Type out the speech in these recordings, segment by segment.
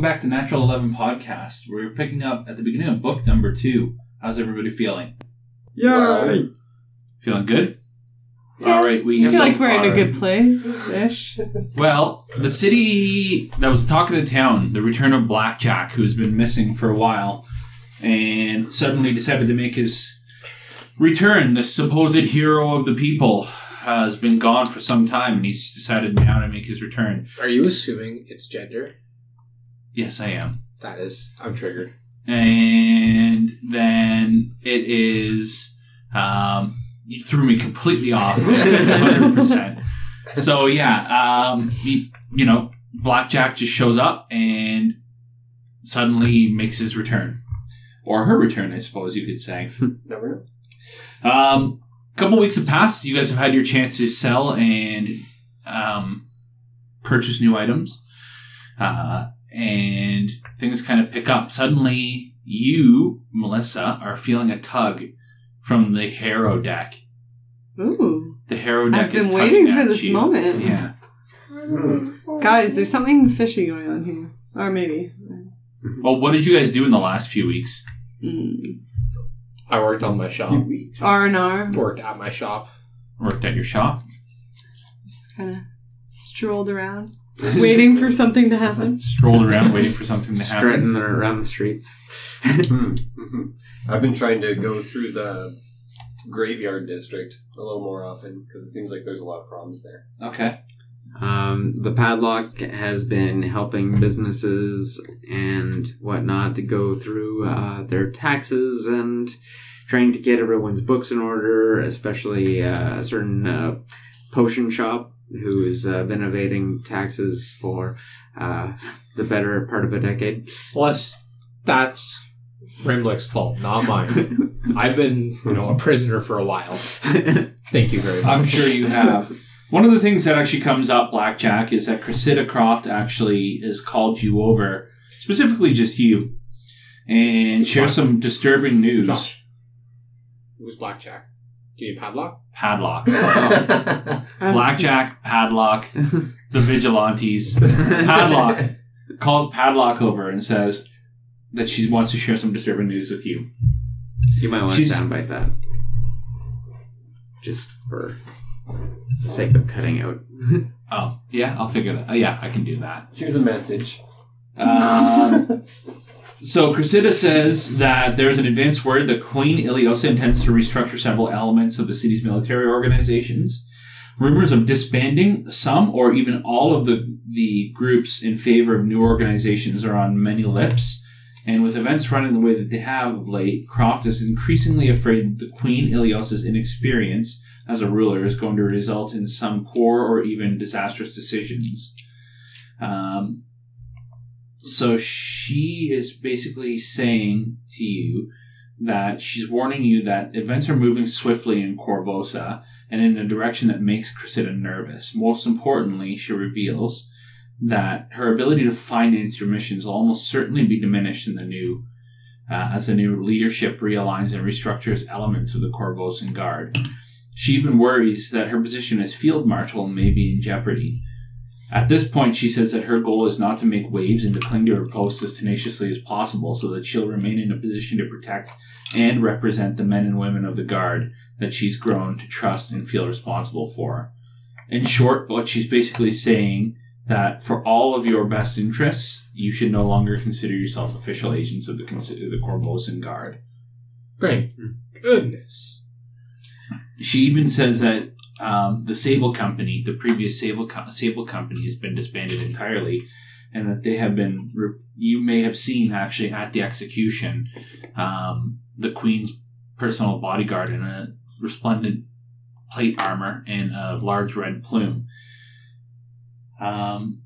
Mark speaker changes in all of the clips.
Speaker 1: back to Natural 11 Podcast. We're picking up at the beginning of book number two. How's everybody feeling?
Speaker 2: Yay!
Speaker 1: Feeling good?
Speaker 3: Yeah.
Speaker 1: All right, we
Speaker 3: I
Speaker 1: have
Speaker 3: feel
Speaker 1: some
Speaker 3: like we're in a
Speaker 1: art.
Speaker 3: good place ish.
Speaker 1: Well, the city that was the talk of the town, the return of Blackjack, who's been missing for a while, and suddenly decided to make his return. The supposed hero of the people has been gone for some time, and he's decided now to make his return.
Speaker 4: Are you assuming it's gender?
Speaker 1: Yes, I am.
Speaker 4: That is, I'm triggered.
Speaker 1: And then it is. Um, you threw me completely off. 100%. So, yeah, um, he, you know, Blackjack just shows up and suddenly makes his return. Or her return, I suppose you could say.
Speaker 4: Never know.
Speaker 1: Um, couple weeks have passed. You guys have had your chance to sell and um, purchase new items, uh, and things kind of pick up. Suddenly, you, Melissa, are feeling a tug from the Harrow deck.
Speaker 3: Ooh.
Speaker 1: The Harrow deck
Speaker 3: I've
Speaker 1: is
Speaker 3: been
Speaker 1: tugging
Speaker 3: waiting for
Speaker 1: at
Speaker 3: this
Speaker 1: you.
Speaker 3: moment.
Speaker 1: Yeah,
Speaker 3: Guys, there's something fishy going on here. Or maybe.
Speaker 1: well, what did you guys do in the last few weeks?
Speaker 3: Mm.
Speaker 4: I worked on my shop.
Speaker 3: R&R.
Speaker 4: Worked at my shop.
Speaker 1: Worked at your shop,
Speaker 3: Just kind of strolled around, waiting for something to happen.
Speaker 1: strolled around waiting for something to happen.
Speaker 5: Strutting around the streets.
Speaker 2: Mhm. I've been trying to go through the graveyard district a little more often because it seems like there's a lot of problems there.
Speaker 1: Okay,
Speaker 5: Um, the padlock has been helping businesses and whatnot to go through uh, their taxes and trying to get everyone's books in order, especially uh, a certain uh, potion shop who has uh, been evading taxes for uh, the better part of a decade.
Speaker 4: Plus, that's Rimlick's fault, not mine. I've been, you know, a prisoner for a while. Thank you very much.
Speaker 1: I'm sure you have. One of the things that actually comes up, Blackjack, is that Cressida Croft actually has called you over, specifically just you, and share some disturbing news.
Speaker 4: Josh. Who's Blackjack? Do you need padlock?
Speaker 1: Padlock.
Speaker 3: I was-
Speaker 1: Blackjack, Padlock, the Vigilantes. Padlock calls Padlock over and says that she wants to share some disturbing news with you.
Speaker 5: You might want
Speaker 1: She's-
Speaker 5: to soundbite that. Just for the sake of cutting out.
Speaker 1: Oh, yeah, I'll figure that. Oh, yeah, I can do that.
Speaker 2: Here's a message.
Speaker 1: Um, so Cressida says that there is an advance word that Queen Iliosa intends to restructure several elements of the city's military organizations. Rumors of disbanding some or even all of the, the groups in favor of new organizations are on many lips. And with events running the way that they have of late, Croft is increasingly afraid that Queen Iliosa's inexperience as a ruler is going to result in some poor or even disastrous decisions. Um, so she is basically saying to you that she's warning you that events are moving swiftly in Corvosa and in a direction that makes Cressida nervous. Most importantly, she reveals that her ability to finance your missions will almost certainly be diminished in the new uh, as the new leadership realigns and restructures elements of the Corvosan Guard. She even worries that her position as field marshal may be in jeopardy. At this point, she says that her goal is not to make waves and to cling to her post as tenaciously as possible so that she'll remain in a position to protect and represent the men and women of the Guard that she's grown to trust and feel responsible for. In short, what she's basically saying that for all of your best interests, you should no longer consider yourself official agents of the, consider the Corvosan Guard.
Speaker 4: Thank goodness.
Speaker 1: She even says that um, the Sable Company, the previous Sable Co- Sable Company, has been disbanded entirely, and that they have been. Re- you may have seen actually at the execution, um, the Queen's personal bodyguard in a resplendent plate armor and a large red plume. Um,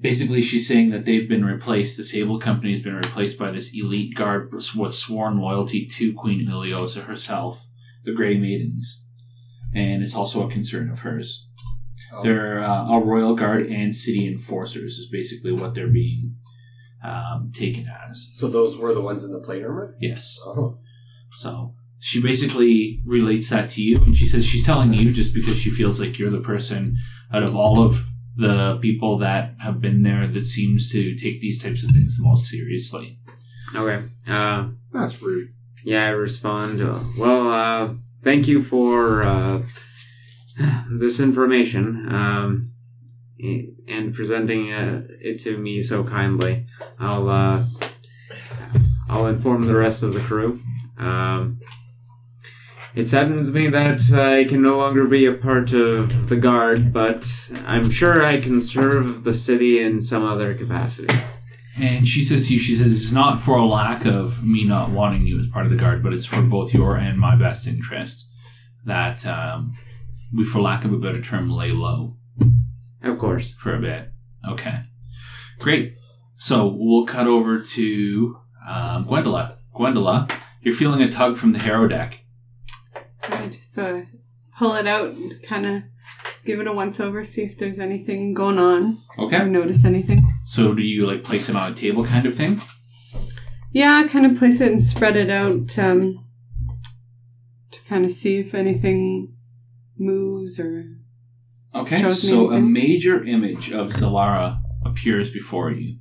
Speaker 1: basically, she's saying that they've been replaced. The Sable Company has been replaced by this elite guard with sworn loyalty to Queen Iliosa herself the Grey Maidens, and it's also a concern of hers.
Speaker 2: Oh.
Speaker 1: They're uh, a royal guard and city enforcers is basically what they're being um, taken as.
Speaker 2: So those were the ones in the plate armor?
Speaker 1: Yes.
Speaker 2: Oh.
Speaker 1: So she basically relates that to you, and she says she's telling you just because she feels like you're the person out of all of the people that have been there that seems to take these types of things the most seriously.
Speaker 5: Okay. Uh,
Speaker 4: That's rude.
Speaker 5: yeah, I respond. uh, Well, uh, thank you for uh, this information um, a- and presenting uh, it to me so kindly. I'll uh, I'll inform the rest of the crew. Um, it saddens me that I can no longer be a part of the guard, but I'm sure I can serve the city in some other capacity.
Speaker 1: And she says to you, she says, it's not for a lack of me not wanting you as part of the guard, but it's for both your and my best interest that um, we, for lack of a better term, lay low
Speaker 5: Of course.
Speaker 1: for a bit. Okay. Great. So we'll cut over to um, Gwendola. Gwendola, you're feeling a tug from the Harrow deck.
Speaker 3: I just uh, pull it out and kind of give it a once over, see if there's anything going on. Or
Speaker 1: Okay.
Speaker 3: notice anything.
Speaker 1: So do you like place it on a table kind of thing?
Speaker 3: Yeah, kind of place it and spread it out um, to kind of see if anything moves or.
Speaker 1: Okay,
Speaker 3: Shows me
Speaker 1: so a
Speaker 3: anything?
Speaker 1: major image of Zalara appears before you.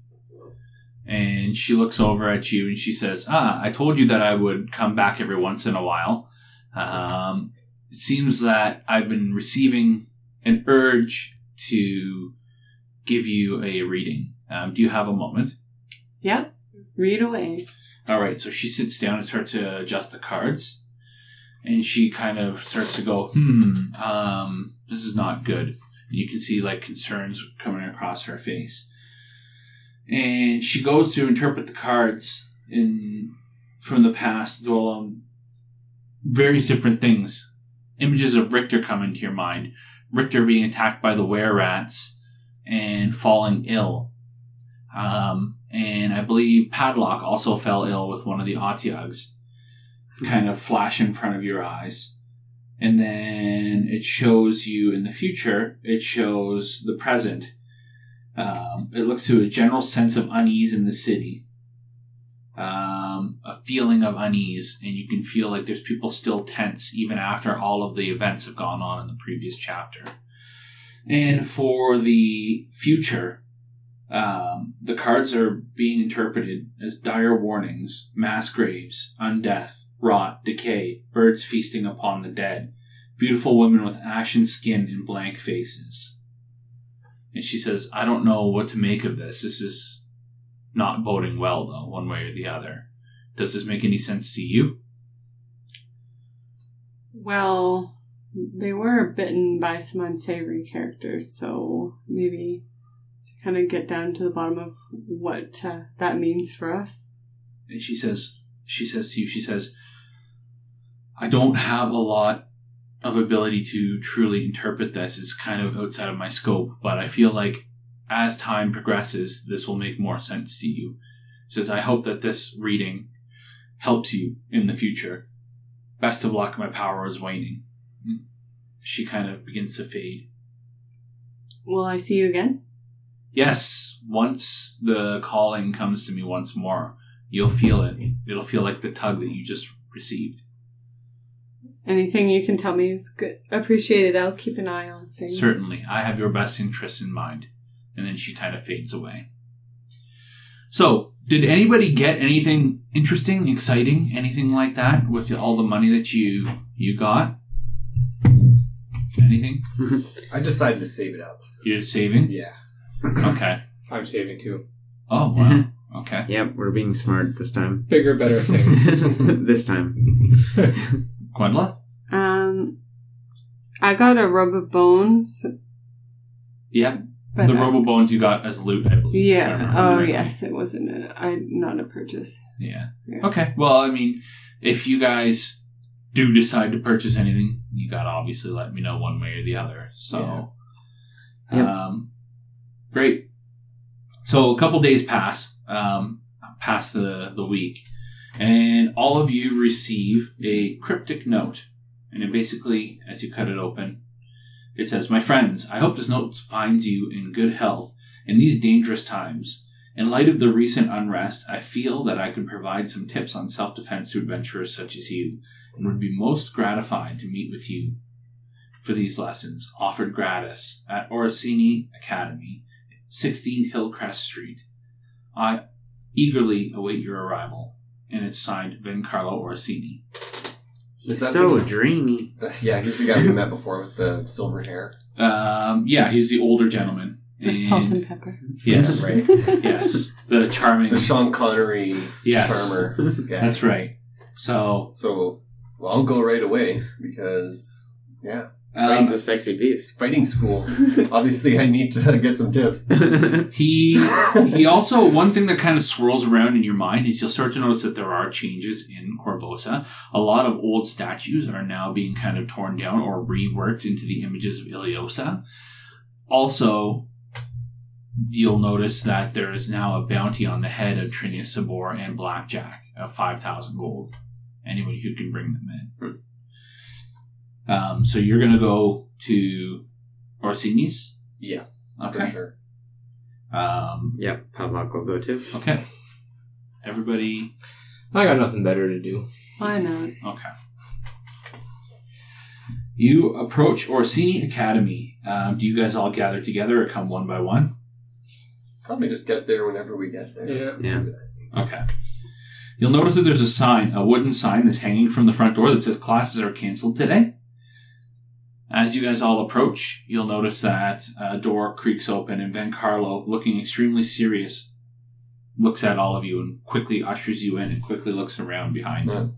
Speaker 1: And she looks over at you and she says, Ah, I told you that I would come back every once in a while. Um, it seems that I've been receiving an urge to give you a reading. Um, do you have a moment?
Speaker 3: Yep, read away.
Speaker 1: All right, so she sits down and starts to adjust the cards, and she kind of starts to go, "Hmm, um, this is not good." And you can see like concerns coming across her face, and she goes to interpret the cards in from the past, dwell on various different things. Images of Richter come into your mind. Richter being attacked by the were rats and falling ill. Um, and I believe Padlock also fell ill with one of the Otiugs, kind of flash in front of your eyes. And then it shows you in the future, it shows the present. Um, it looks to a general sense of unease in the city, um, a feeling of unease, and you can feel like there's people still tense even after all of the events have gone on in the previous chapter. And for the future, um, the cards are being interpreted as dire warnings, mass graves, undeath, rot, decay, birds feasting upon the dead, beautiful women with ashen skin and blank faces. And she says, I don't know what to make of this. This is not boding well, though, one way or the other. Does this make any sense to you?
Speaker 3: Well, they were bitten by some unsavory characters, so maybe to kind of get down to the bottom of what uh, that means for us.
Speaker 1: and she says she says to you she says i don't have a lot of ability to truly interpret this it's kind of outside of my scope but i feel like as time progresses this will make more sense to you she says i hope that this reading helps you in the future best of luck my power is waning Hmm. she kind of begins to fade
Speaker 3: Will I see you again?
Speaker 1: Yes, once the calling comes to me once more, you'll feel it. It'll feel like the tug that you just received.
Speaker 3: Anything you can tell me is good. Appreciated. I'll keep an eye on things.
Speaker 1: Certainly, I have your best interests in mind. And then she kind of fades away. So, did anybody get anything interesting, exciting, anything like that with all the money that you you got? Anything
Speaker 2: I decided to save it up.
Speaker 1: you're saving?
Speaker 2: Yeah.
Speaker 1: Okay.
Speaker 4: I'm saving too.
Speaker 1: Oh wow. Okay.
Speaker 5: Yep, we're being smart this time.
Speaker 4: Bigger, better things.
Speaker 5: this time.
Speaker 1: Gwendolyn?
Speaker 3: Um, I got a robe of bones,
Speaker 1: Yeah.
Speaker 3: but
Speaker 1: the
Speaker 3: I-
Speaker 1: robo bones you got as loot, I believe. if I
Speaker 3: Yeah.
Speaker 1: remember
Speaker 3: Oh,
Speaker 1: correctly.
Speaker 3: yes. It wasn't. A, I not a purchase.
Speaker 1: Yeah.
Speaker 3: Yeah.
Speaker 1: Okay. Well, I mean, if you guys do decide to purchase anything, you gotta obviously let me know one way or the other. So,
Speaker 5: Yeah. Yep.
Speaker 1: um, great. So a couple days pass, um, past the the week, and all of you receive a cryptic note, and it basically, as you cut it open, it says, "My friends, I hope this note finds you in good health in these dangerous times." In light of the recent unrest, I feel that I could provide some tips on self defense to adventurers such as you, and would be most gratified to meet with you. for these lessons offered gratis at Orsini Academy, 16 Hillcrest Street. I eagerly await your arrival. And it's signed Vincarlo Orsini.
Speaker 5: He's
Speaker 2: that
Speaker 5: so
Speaker 2: the-
Speaker 5: dreamy.
Speaker 2: yeah, he's the guy we met before with the silver hair.
Speaker 1: Um, yeah, he's the older gentleman.
Speaker 3: The salt and pepper.
Speaker 1: yes,
Speaker 2: Right.
Speaker 1: yes, the charming.
Speaker 2: The Sean Connery
Speaker 1: yes,
Speaker 2: charmer. Yeah.
Speaker 1: that's right. So,
Speaker 2: so well, I'll go right away because yeah,
Speaker 1: um,
Speaker 5: a sexy beast.
Speaker 2: fighting school. Obviously, I need to get some tips.
Speaker 1: he he also one thing that kind of swirls around in your mind is you'll start to notice that there are changes in Corvosa. A lot of old statues are now being kind of torn down or reworked into the images of Iliosa. Also, you'll notice that there is now a bounty on the head of Trinia Sabor and Blackjack of five thousand gold. Anyone who can bring them in. Um, so you're gonna go to Orsini's.
Speaker 2: Yeah, for
Speaker 1: Okay.
Speaker 2: sure.
Speaker 1: Um,
Speaker 5: yep, Padlock will go too.
Speaker 1: Okay. Everybody.
Speaker 4: I got nothing better to do.
Speaker 3: Why not?
Speaker 1: Okay. You approach Orsini Academy. Um, do you guys all gather together or come one by one?
Speaker 2: Probably just get there whenever we get there.
Speaker 5: Yeah.
Speaker 1: Okay. You'll notice that there's a sign, a wooden sign that's hanging from the front door that says classes are canceled today. As you guys all approach, you'll notice that a door creaks open and Van Carlo, looking extremely serious, looks at all of you and quickly ushers you in and quickly looks around behind him.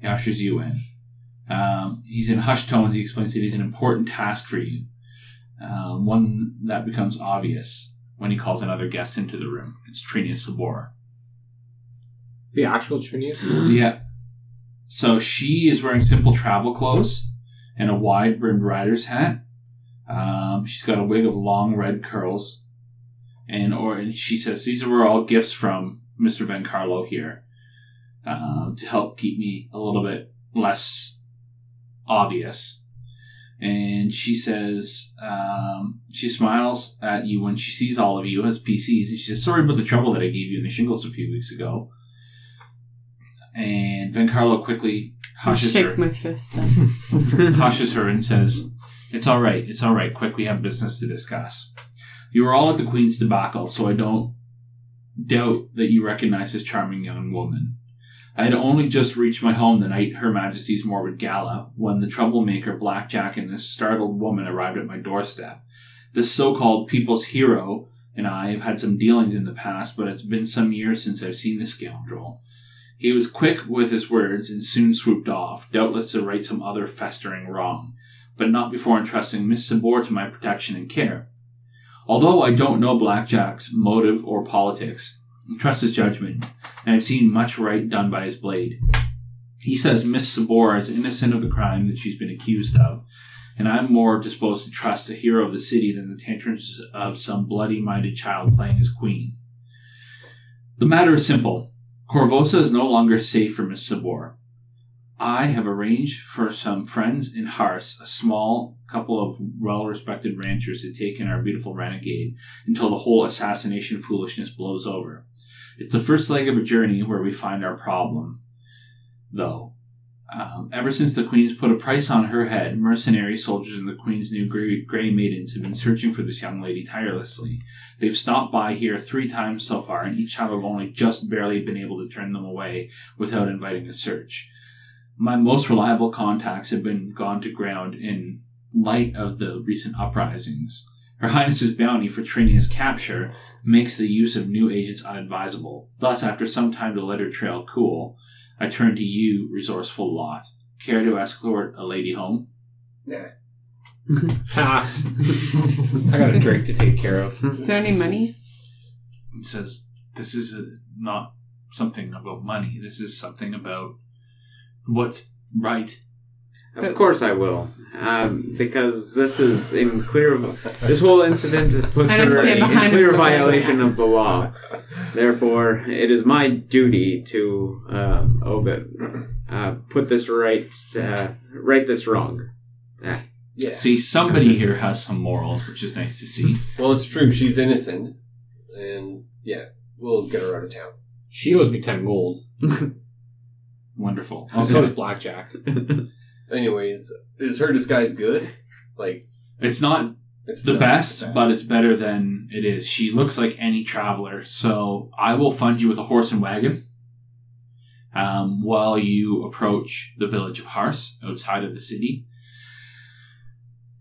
Speaker 1: He ushers you in. Um, he's in hushed tones. He explains that he's an important task for you, um, one that becomes obvious when he calls another guest into the room. It's Trinia Sabora.
Speaker 4: The actual Trinius?
Speaker 1: Yeah. So she is wearing simple travel clothes and a wide brimmed rider's hat. Um, she's got a wig of long red curls, and or and she says these were all gifts from Mister Van Carlo here um, to help keep me a little bit less obvious. And she says um, she smiles at you when she sees all of you as PCs, and she says, "Sorry about the trouble that I gave you in the shingles a few weeks ago." And Van Carlo quickly hushes
Speaker 3: Shake
Speaker 1: her
Speaker 3: my fist. Then.
Speaker 1: hushes her and says, It's all right, it's all right, quick, we have business to discuss. You were all at the Queen's debacle, so I don't doubt that you recognize this charming young woman. I had only just reached my home the night Her Majesty's morbid gala when the troublemaker Blackjack and this startled woman arrived at my doorstep. This so called people's hero and I have had some dealings in the past, but it's been some years since I've seen the scoundrel. He was quick with his words and soon swooped off, doubtless to right some other festering wrong, but not before entrusting Miss Sabor to my protection and care. Although I don't know Blackjack's motive or politics, I trust his judgment, and I've seen much right done by his blade. He says Miss Sabor is innocent of the crime that she's been accused of, and I'm more disposed to trust a hero of the city than the tantrums of some bloody minded child playing his queen. The matter is simple. Corvosa is no longer safe for Miss Sabor. I have arranged for some friends in Hars, a small couple of well respected ranchers, to take in our beautiful renegade until the whole assassination foolishness blows over. It's the first leg of a journey where we find our problem, though. Um, ever since the Queen's put a price on her head, mercenary soldiers and the Queen's new gray, gray maidens have been searching for this young lady tirelessly. They've stopped by here three times so far, and each time I've only just barely been able to turn them away without inviting a search. My most reliable contacts have been gone to ground in light of the recent uprisings. Her Highness's bounty for Trinia's capture makes the use of new agents unadvisable. Thus, after some time to let her trail cool, I turn to you, resourceful lot. Care to escort a lady home?
Speaker 2: Yeah.
Speaker 4: Pass. I got a drink to take care of.
Speaker 3: Is there any money?
Speaker 1: and says, "This is a, not something about money. This is something about what's right."
Speaker 5: Of course I will. Um, because this is in clear. This whole incident puts
Speaker 3: I don't
Speaker 5: her
Speaker 3: stand
Speaker 5: in
Speaker 3: behind
Speaker 5: clear
Speaker 3: her.
Speaker 5: violation of the law. Therefore, it is my duty to uh, obey, uh, put this right, uh, right this wrong.
Speaker 2: Yeah.
Speaker 1: See, somebody here has some morals, which is nice to see.
Speaker 2: Well, it's true. She's innocent, and yeah, we'll get her out of town.
Speaker 4: She owes me 10 gold.
Speaker 1: Wonderful.
Speaker 4: So
Speaker 1: Okay.
Speaker 4: does Blackjack.
Speaker 2: anyways, is her disguise good? Like
Speaker 1: It's not
Speaker 2: it's
Speaker 1: the
Speaker 2: not
Speaker 1: best, but it's better than it is. She looks like any traveler, so I will fund you with a horse and wagon um, while you approach the village of Hars outside of the city.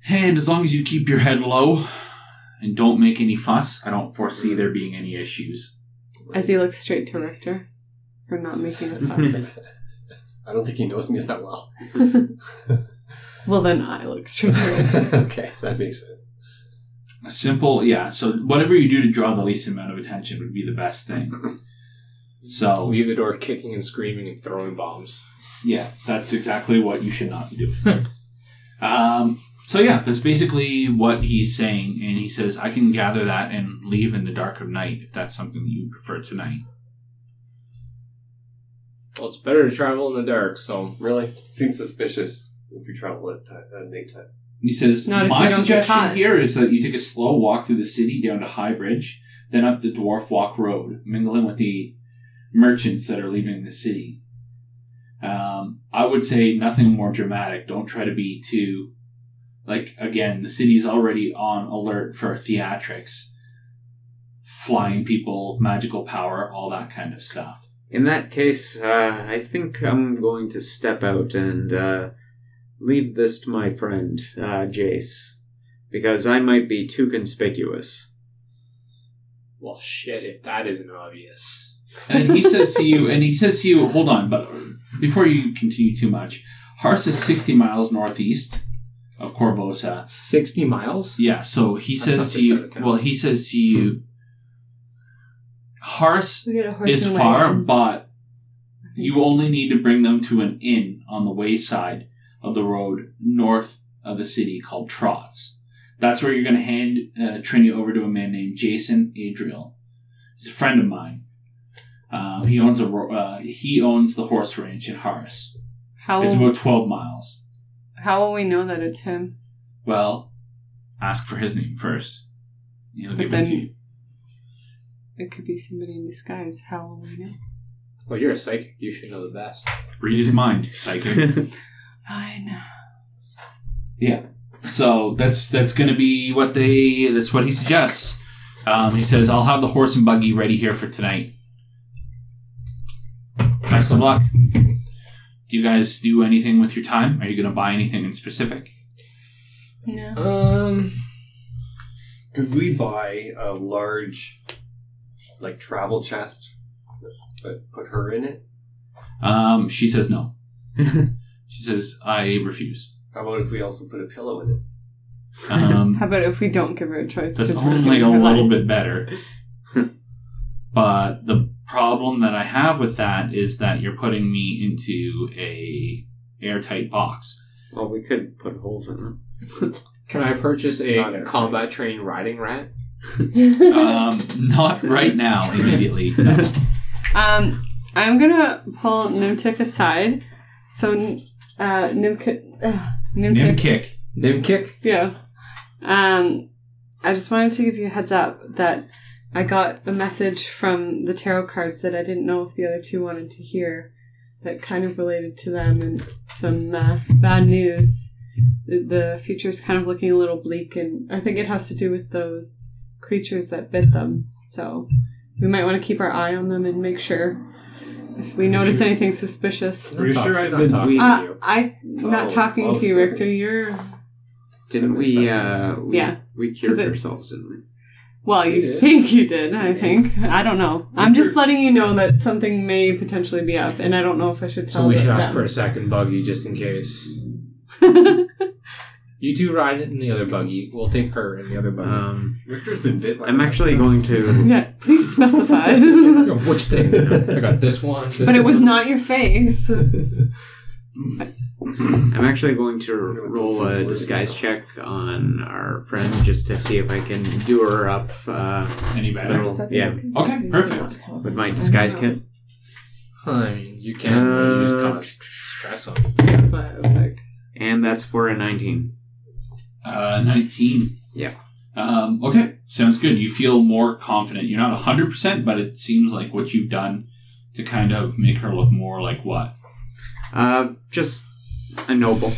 Speaker 1: And as long as you keep your head low and don't make any fuss, I don't foresee there being any issues.
Speaker 3: As he looks straight to Richter for not making a fuss.
Speaker 2: I don't think he knows me that well.
Speaker 3: well, then I look straight to Richter.
Speaker 2: okay, that makes sense.
Speaker 1: A simple, yeah. So whatever you do to draw the least amount of attention would be the best thing. So
Speaker 4: Leave the door kicking and screaming and throwing bombs.
Speaker 1: Yeah, that's exactly what you should not be doing. um, so yeah, that's basically what he's saying, and he says, "I can gather that and leave in the dark of night if that's something you prefer tonight."
Speaker 4: Well, it's better to travel in the dark, so
Speaker 2: Really? Seems suspicious if you travel at ti- uh, nighttime.
Speaker 1: He says,
Speaker 3: Not if
Speaker 1: "My
Speaker 3: you don't get
Speaker 1: suggestion
Speaker 3: caught."
Speaker 1: here is that you take a slow walk through the city down to High Bridge, then up the Dwarf Walk Road, mingling with the merchants that are leaving the city." Um, I would say nothing more dramatic. Don't try to be too like again. The city is already on alert for theatrics, flying people, magical power, all that kind of stuff.
Speaker 5: In that case, uh, I think I'm going to step out and uh, leave this to my friend, uh, Jace, because I might be too conspicuous.
Speaker 4: well, shit. If that isn't obvious,
Speaker 1: And he says to you, and he says to you, hold on, but before you continue too much, Hars is 60 miles northeast of Corvosa.
Speaker 4: sixty miles.
Speaker 1: Yeah, so he
Speaker 4: That's
Speaker 1: says
Speaker 4: not
Speaker 1: to
Speaker 4: just out
Speaker 1: you,
Speaker 4: of town.
Speaker 1: well, he says to you, Hars
Speaker 3: We get a horse
Speaker 1: is
Speaker 3: and
Speaker 1: far,
Speaker 3: wagon.
Speaker 1: but you only need to bring them to an inn on the wayside of the road north of the city called Trotz. That's where you're going to hand uh, Trini over to a man named Jason Adriel. He's a friend of mine. Um, he owns a ro- uh, he owns the horse ranch in Harris.
Speaker 3: How
Speaker 1: It's
Speaker 3: will,
Speaker 1: about twelve miles.
Speaker 3: how will we know that it's him?
Speaker 1: Well, ask for his name first. He'll
Speaker 3: But
Speaker 1: give it to
Speaker 3: then-
Speaker 1: you.
Speaker 3: It could be somebody in disguise. How will we know?
Speaker 4: Well, you're a psychic. You should know the best.
Speaker 1: Read his mind, psychic.
Speaker 3: Fine.
Speaker 1: So that's that's going to be what they that's what he suggests. Um, he says, "I'll have the horse and buggy ready here for tonight." Best of luck. Do you guys do anything with your time? Are you going to buy anything in specific?
Speaker 3: No.
Speaker 4: Um,
Speaker 2: Could we buy a large, like travel chest, but put her in it?
Speaker 1: Um, she says no. she says, "I refuse."
Speaker 2: How about if we also put a pillow in it?
Speaker 1: Um,
Speaker 3: How about if we don't give her a choice?
Speaker 1: That's
Speaker 3: 'cause we're
Speaker 1: only a
Speaker 3: saving her
Speaker 1: little
Speaker 3: life?
Speaker 1: bit better. but the problem that I have with that is that you're putting me into a airtight box.
Speaker 5: well, we could put holes in them.
Speaker 4: can I purchase
Speaker 2: It's not
Speaker 4: a
Speaker 2: everything.
Speaker 4: combat trained riding rat?
Speaker 1: Um, not right now, immediately. No.
Speaker 3: Um, I'm gonna pull Nimtik aside. So, uh, Nimtik, uh,
Speaker 1: Nim
Speaker 3: Nimtik,
Speaker 1: kick.
Speaker 4: Name kick.
Speaker 3: yeah. Um, I just wanted to give you a heads up that I got a message from the tarot cards that I didn't know if the other two wanted to hear. That kind of related to them and some uh, bad news. The, the future's kind of looking a little bleak, and I think it has to do with those creatures that bit them. So we might want to keep our eye on them and make sure if we notice anything suspicious.
Speaker 2: Are you sure I've been
Speaker 4: talking
Speaker 5: we-
Speaker 4: to
Speaker 3: Uh,
Speaker 4: you?
Speaker 3: I'm
Speaker 2: Oh,
Speaker 3: not talking
Speaker 2: oh,
Speaker 3: to you,
Speaker 2: sorry.
Speaker 3: Richter. You're
Speaker 5: Didn't we, uh, we,
Speaker 3: Yeah.
Speaker 5: we cured
Speaker 3: Is it-
Speaker 5: ourselves, didn't we?
Speaker 3: Well,
Speaker 2: You
Speaker 3: you
Speaker 2: did?
Speaker 3: think you did, I think. I don't know. I'm just
Speaker 2: Sure.
Speaker 3: letting you know that something may potentially be up, and I don't know if I should tell
Speaker 4: So we
Speaker 3: them
Speaker 4: should ask for
Speaker 3: them.
Speaker 4: a second buggy just in case. You two ride it in the other buggy. We'll take her in the other buggy.
Speaker 5: Um,
Speaker 2: Richter's been bit by
Speaker 5: I'm
Speaker 2: a
Speaker 5: actually
Speaker 2: mouse.
Speaker 5: going to.
Speaker 3: yeah, please specify.
Speaker 4: Yo, Which thing? I got this one. This
Speaker 3: but it was
Speaker 4: one.
Speaker 3: not your face.
Speaker 5: I'm actually going to
Speaker 2: wonder what
Speaker 5: roll
Speaker 2: these things
Speaker 5: a
Speaker 2: were
Speaker 5: disguise
Speaker 2: themselves.
Speaker 5: check on our friend just to see if I can do her up uh,
Speaker 1: Any better?
Speaker 5: Yeah.
Speaker 1: Okay, perfect.
Speaker 5: with my disguise kit.
Speaker 4: I mean, you can. you just kind of stress on. it.
Speaker 3: That's what I was like.
Speaker 5: And that's for a 19.
Speaker 1: Uh, 19.
Speaker 5: Yeah.
Speaker 1: Um, okay, sounds good. You feel more confident. You're not 100%, but it seems like what you've done to kind of make her look more like what?
Speaker 5: Uh, just a noble.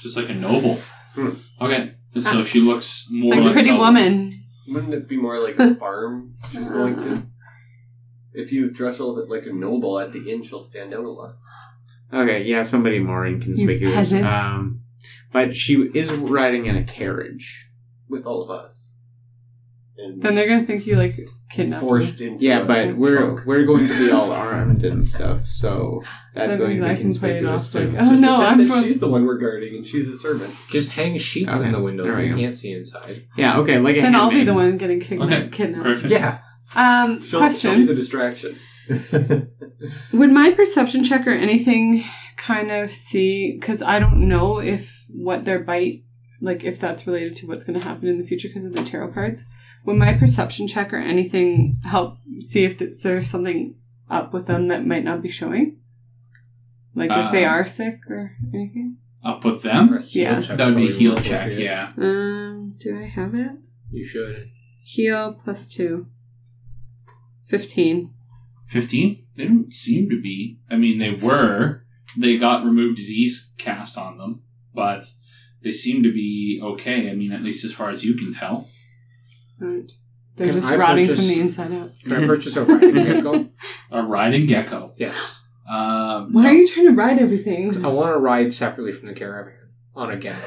Speaker 1: Just like a noble.
Speaker 2: Hmm.
Speaker 1: Okay. And so she looks
Speaker 3: Ah. It's
Speaker 1: more
Speaker 3: like a
Speaker 1: like
Speaker 3: pretty
Speaker 1: Zelda.
Speaker 3: woman.
Speaker 2: Wouldn't it be more like a farm she's going to? If you dress a little bit like a noble at the inn, she'll stand out a lot.
Speaker 5: Okay, yeah, somebody more
Speaker 3: You
Speaker 5: inconspicuous.
Speaker 3: peasant.
Speaker 5: Um, but she is riding in a carriage.
Speaker 2: With all of us. And
Speaker 3: Then they're gonna think you like kidnapped. them.
Speaker 2: forced into
Speaker 5: Yeah,
Speaker 2: a
Speaker 5: but we're
Speaker 2: trunk.
Speaker 5: we're going to be all armed and stuff, so that's
Speaker 3: Then
Speaker 5: going to
Speaker 3: I
Speaker 5: be
Speaker 3: can play it
Speaker 5: conspicuous
Speaker 3: off
Speaker 5: too.
Speaker 3: like, oh
Speaker 2: Just
Speaker 3: no,
Speaker 2: pretend
Speaker 3: I'm
Speaker 2: that
Speaker 3: from.
Speaker 2: she's the one we're guarding and she's a servant.
Speaker 4: Just hang sheets
Speaker 5: Okay,
Speaker 4: in the windows.
Speaker 5: there we
Speaker 4: You
Speaker 5: go.
Speaker 4: can't see inside.
Speaker 5: Yeah, okay, like a
Speaker 3: Then I'll be
Speaker 5: handmaid.
Speaker 3: the one getting kidnapped.
Speaker 1: Okay,
Speaker 3: kidnapped.
Speaker 1: Perfect.
Speaker 2: Yeah.
Speaker 3: Um,
Speaker 2: She'll,
Speaker 3: question:
Speaker 2: she'll be the distraction.
Speaker 3: Would my perception check or anything kind of see? Because I don't know if what their bite, like if that's related to what's going to happen in the future because of the tarot cards. Would my perception check or anything help see if th- there's something up with them that might not be showing? Like if they
Speaker 4: Uh.
Speaker 1: Um,
Speaker 3: are sick or anything?
Speaker 1: Up with them.
Speaker 3: Yeah.
Speaker 1: That would be a heal check. Yeah.
Speaker 3: Um, do I have it?
Speaker 4: You should.
Speaker 3: Heal plus two. Fifteen.
Speaker 1: Fifteen. They don't seem to be. I mean, they were. They got removed disease cast on them, but they seem to be okay. I mean, at least as far as you can tell.
Speaker 3: Right. They're
Speaker 4: Can
Speaker 3: just
Speaker 4: I
Speaker 3: rotting
Speaker 4: purchase-
Speaker 3: from the inside out.
Speaker 4: Can I purchase a riding gecko?
Speaker 1: A riding gecko.
Speaker 4: Yes.
Speaker 1: Um,
Speaker 3: Why
Speaker 1: no.
Speaker 3: are you trying to ride everything?
Speaker 4: I want to ride separately from the caravan on a gecko.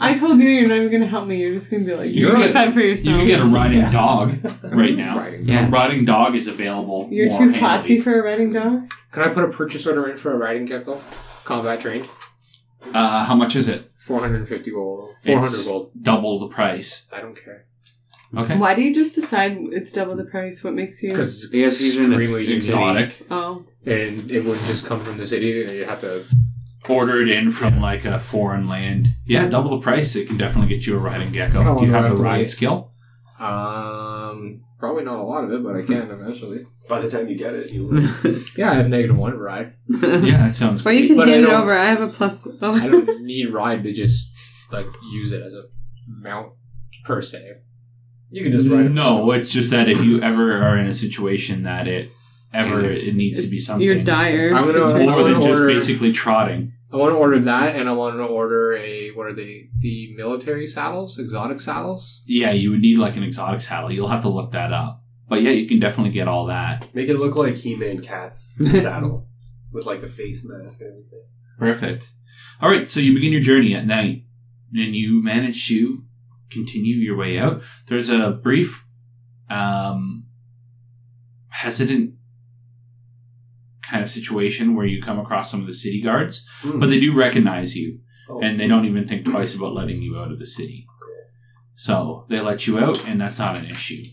Speaker 3: I told you you're not even gonna help me. You're just gonna be like,
Speaker 1: You
Speaker 3: you
Speaker 1: get-
Speaker 3: get that for
Speaker 1: You
Speaker 3: yourself.
Speaker 1: can get a riding dog right now.
Speaker 4: Riding.
Speaker 1: A
Speaker 5: Yeah.
Speaker 1: Riding dog is available.
Speaker 3: you're
Speaker 1: more
Speaker 3: too
Speaker 1: handily.
Speaker 3: classy for a riding dog.
Speaker 4: Can I put a purchase order in for a riding gecko? Combat trained.
Speaker 1: Uh, how much is it?
Speaker 4: 450 gold. 400
Speaker 1: It's
Speaker 4: gold.
Speaker 1: Double the price.
Speaker 4: I don't care.
Speaker 1: Okay.
Speaker 3: Why do you just decide it's double the price? What makes you?
Speaker 4: Because it's
Speaker 5: Yes, he's in a
Speaker 4: extremely
Speaker 5: city.
Speaker 4: exotic.
Speaker 1: Exotic.
Speaker 3: Oh,
Speaker 4: And it wouldn't just come from the city. You have to.
Speaker 1: Ordered in from like a foreign land. Yeah, double the price. It can definitely get you a riding
Speaker 4: How
Speaker 1: gecko. Do
Speaker 4: long
Speaker 1: you
Speaker 4: do I
Speaker 1: have
Speaker 4: have
Speaker 1: the
Speaker 4: to
Speaker 1: ride
Speaker 4: wait?
Speaker 1: skill?
Speaker 4: Um, probably not a lot of it, but I can eventually.
Speaker 2: By the time you get it, you will.
Speaker 4: Yeah, I have negative one ride.
Speaker 1: Yeah, that sounds.
Speaker 3: well, you can
Speaker 4: But I
Speaker 3: hand it
Speaker 4: don't-
Speaker 3: over. I have a plus. oh.
Speaker 4: I don't need ride to just like use it as a mount per se.
Speaker 2: You can just ride it.
Speaker 1: No, it's just that if you ever are in a situation that it ever
Speaker 4: Yes.
Speaker 1: it needs to be something
Speaker 3: You're dire.
Speaker 4: I'm gonna-
Speaker 3: situation.
Speaker 1: more than just
Speaker 4: Or-
Speaker 1: basically trotting.
Speaker 4: I want to order that, and I want to order a what are they? The military saddles, exotic saddles.
Speaker 1: Yeah, you would need like an exotic saddle. You'll have to look that up. But yeah, you can definitely get all that.
Speaker 2: Make it look like He-Man Cat's saddle. With like the face mask and everything.
Speaker 1: Perfect. All right, so you begin your journey at night, and you manage to continue your way out. There's a brief, um, hesitant kind of situation where you come across some of the city guards,
Speaker 2: Hmm.
Speaker 1: but they do recognize you.
Speaker 2: Oh.
Speaker 1: and they don't even think twice about letting you out of the city. So they let you out, and that's not an issue.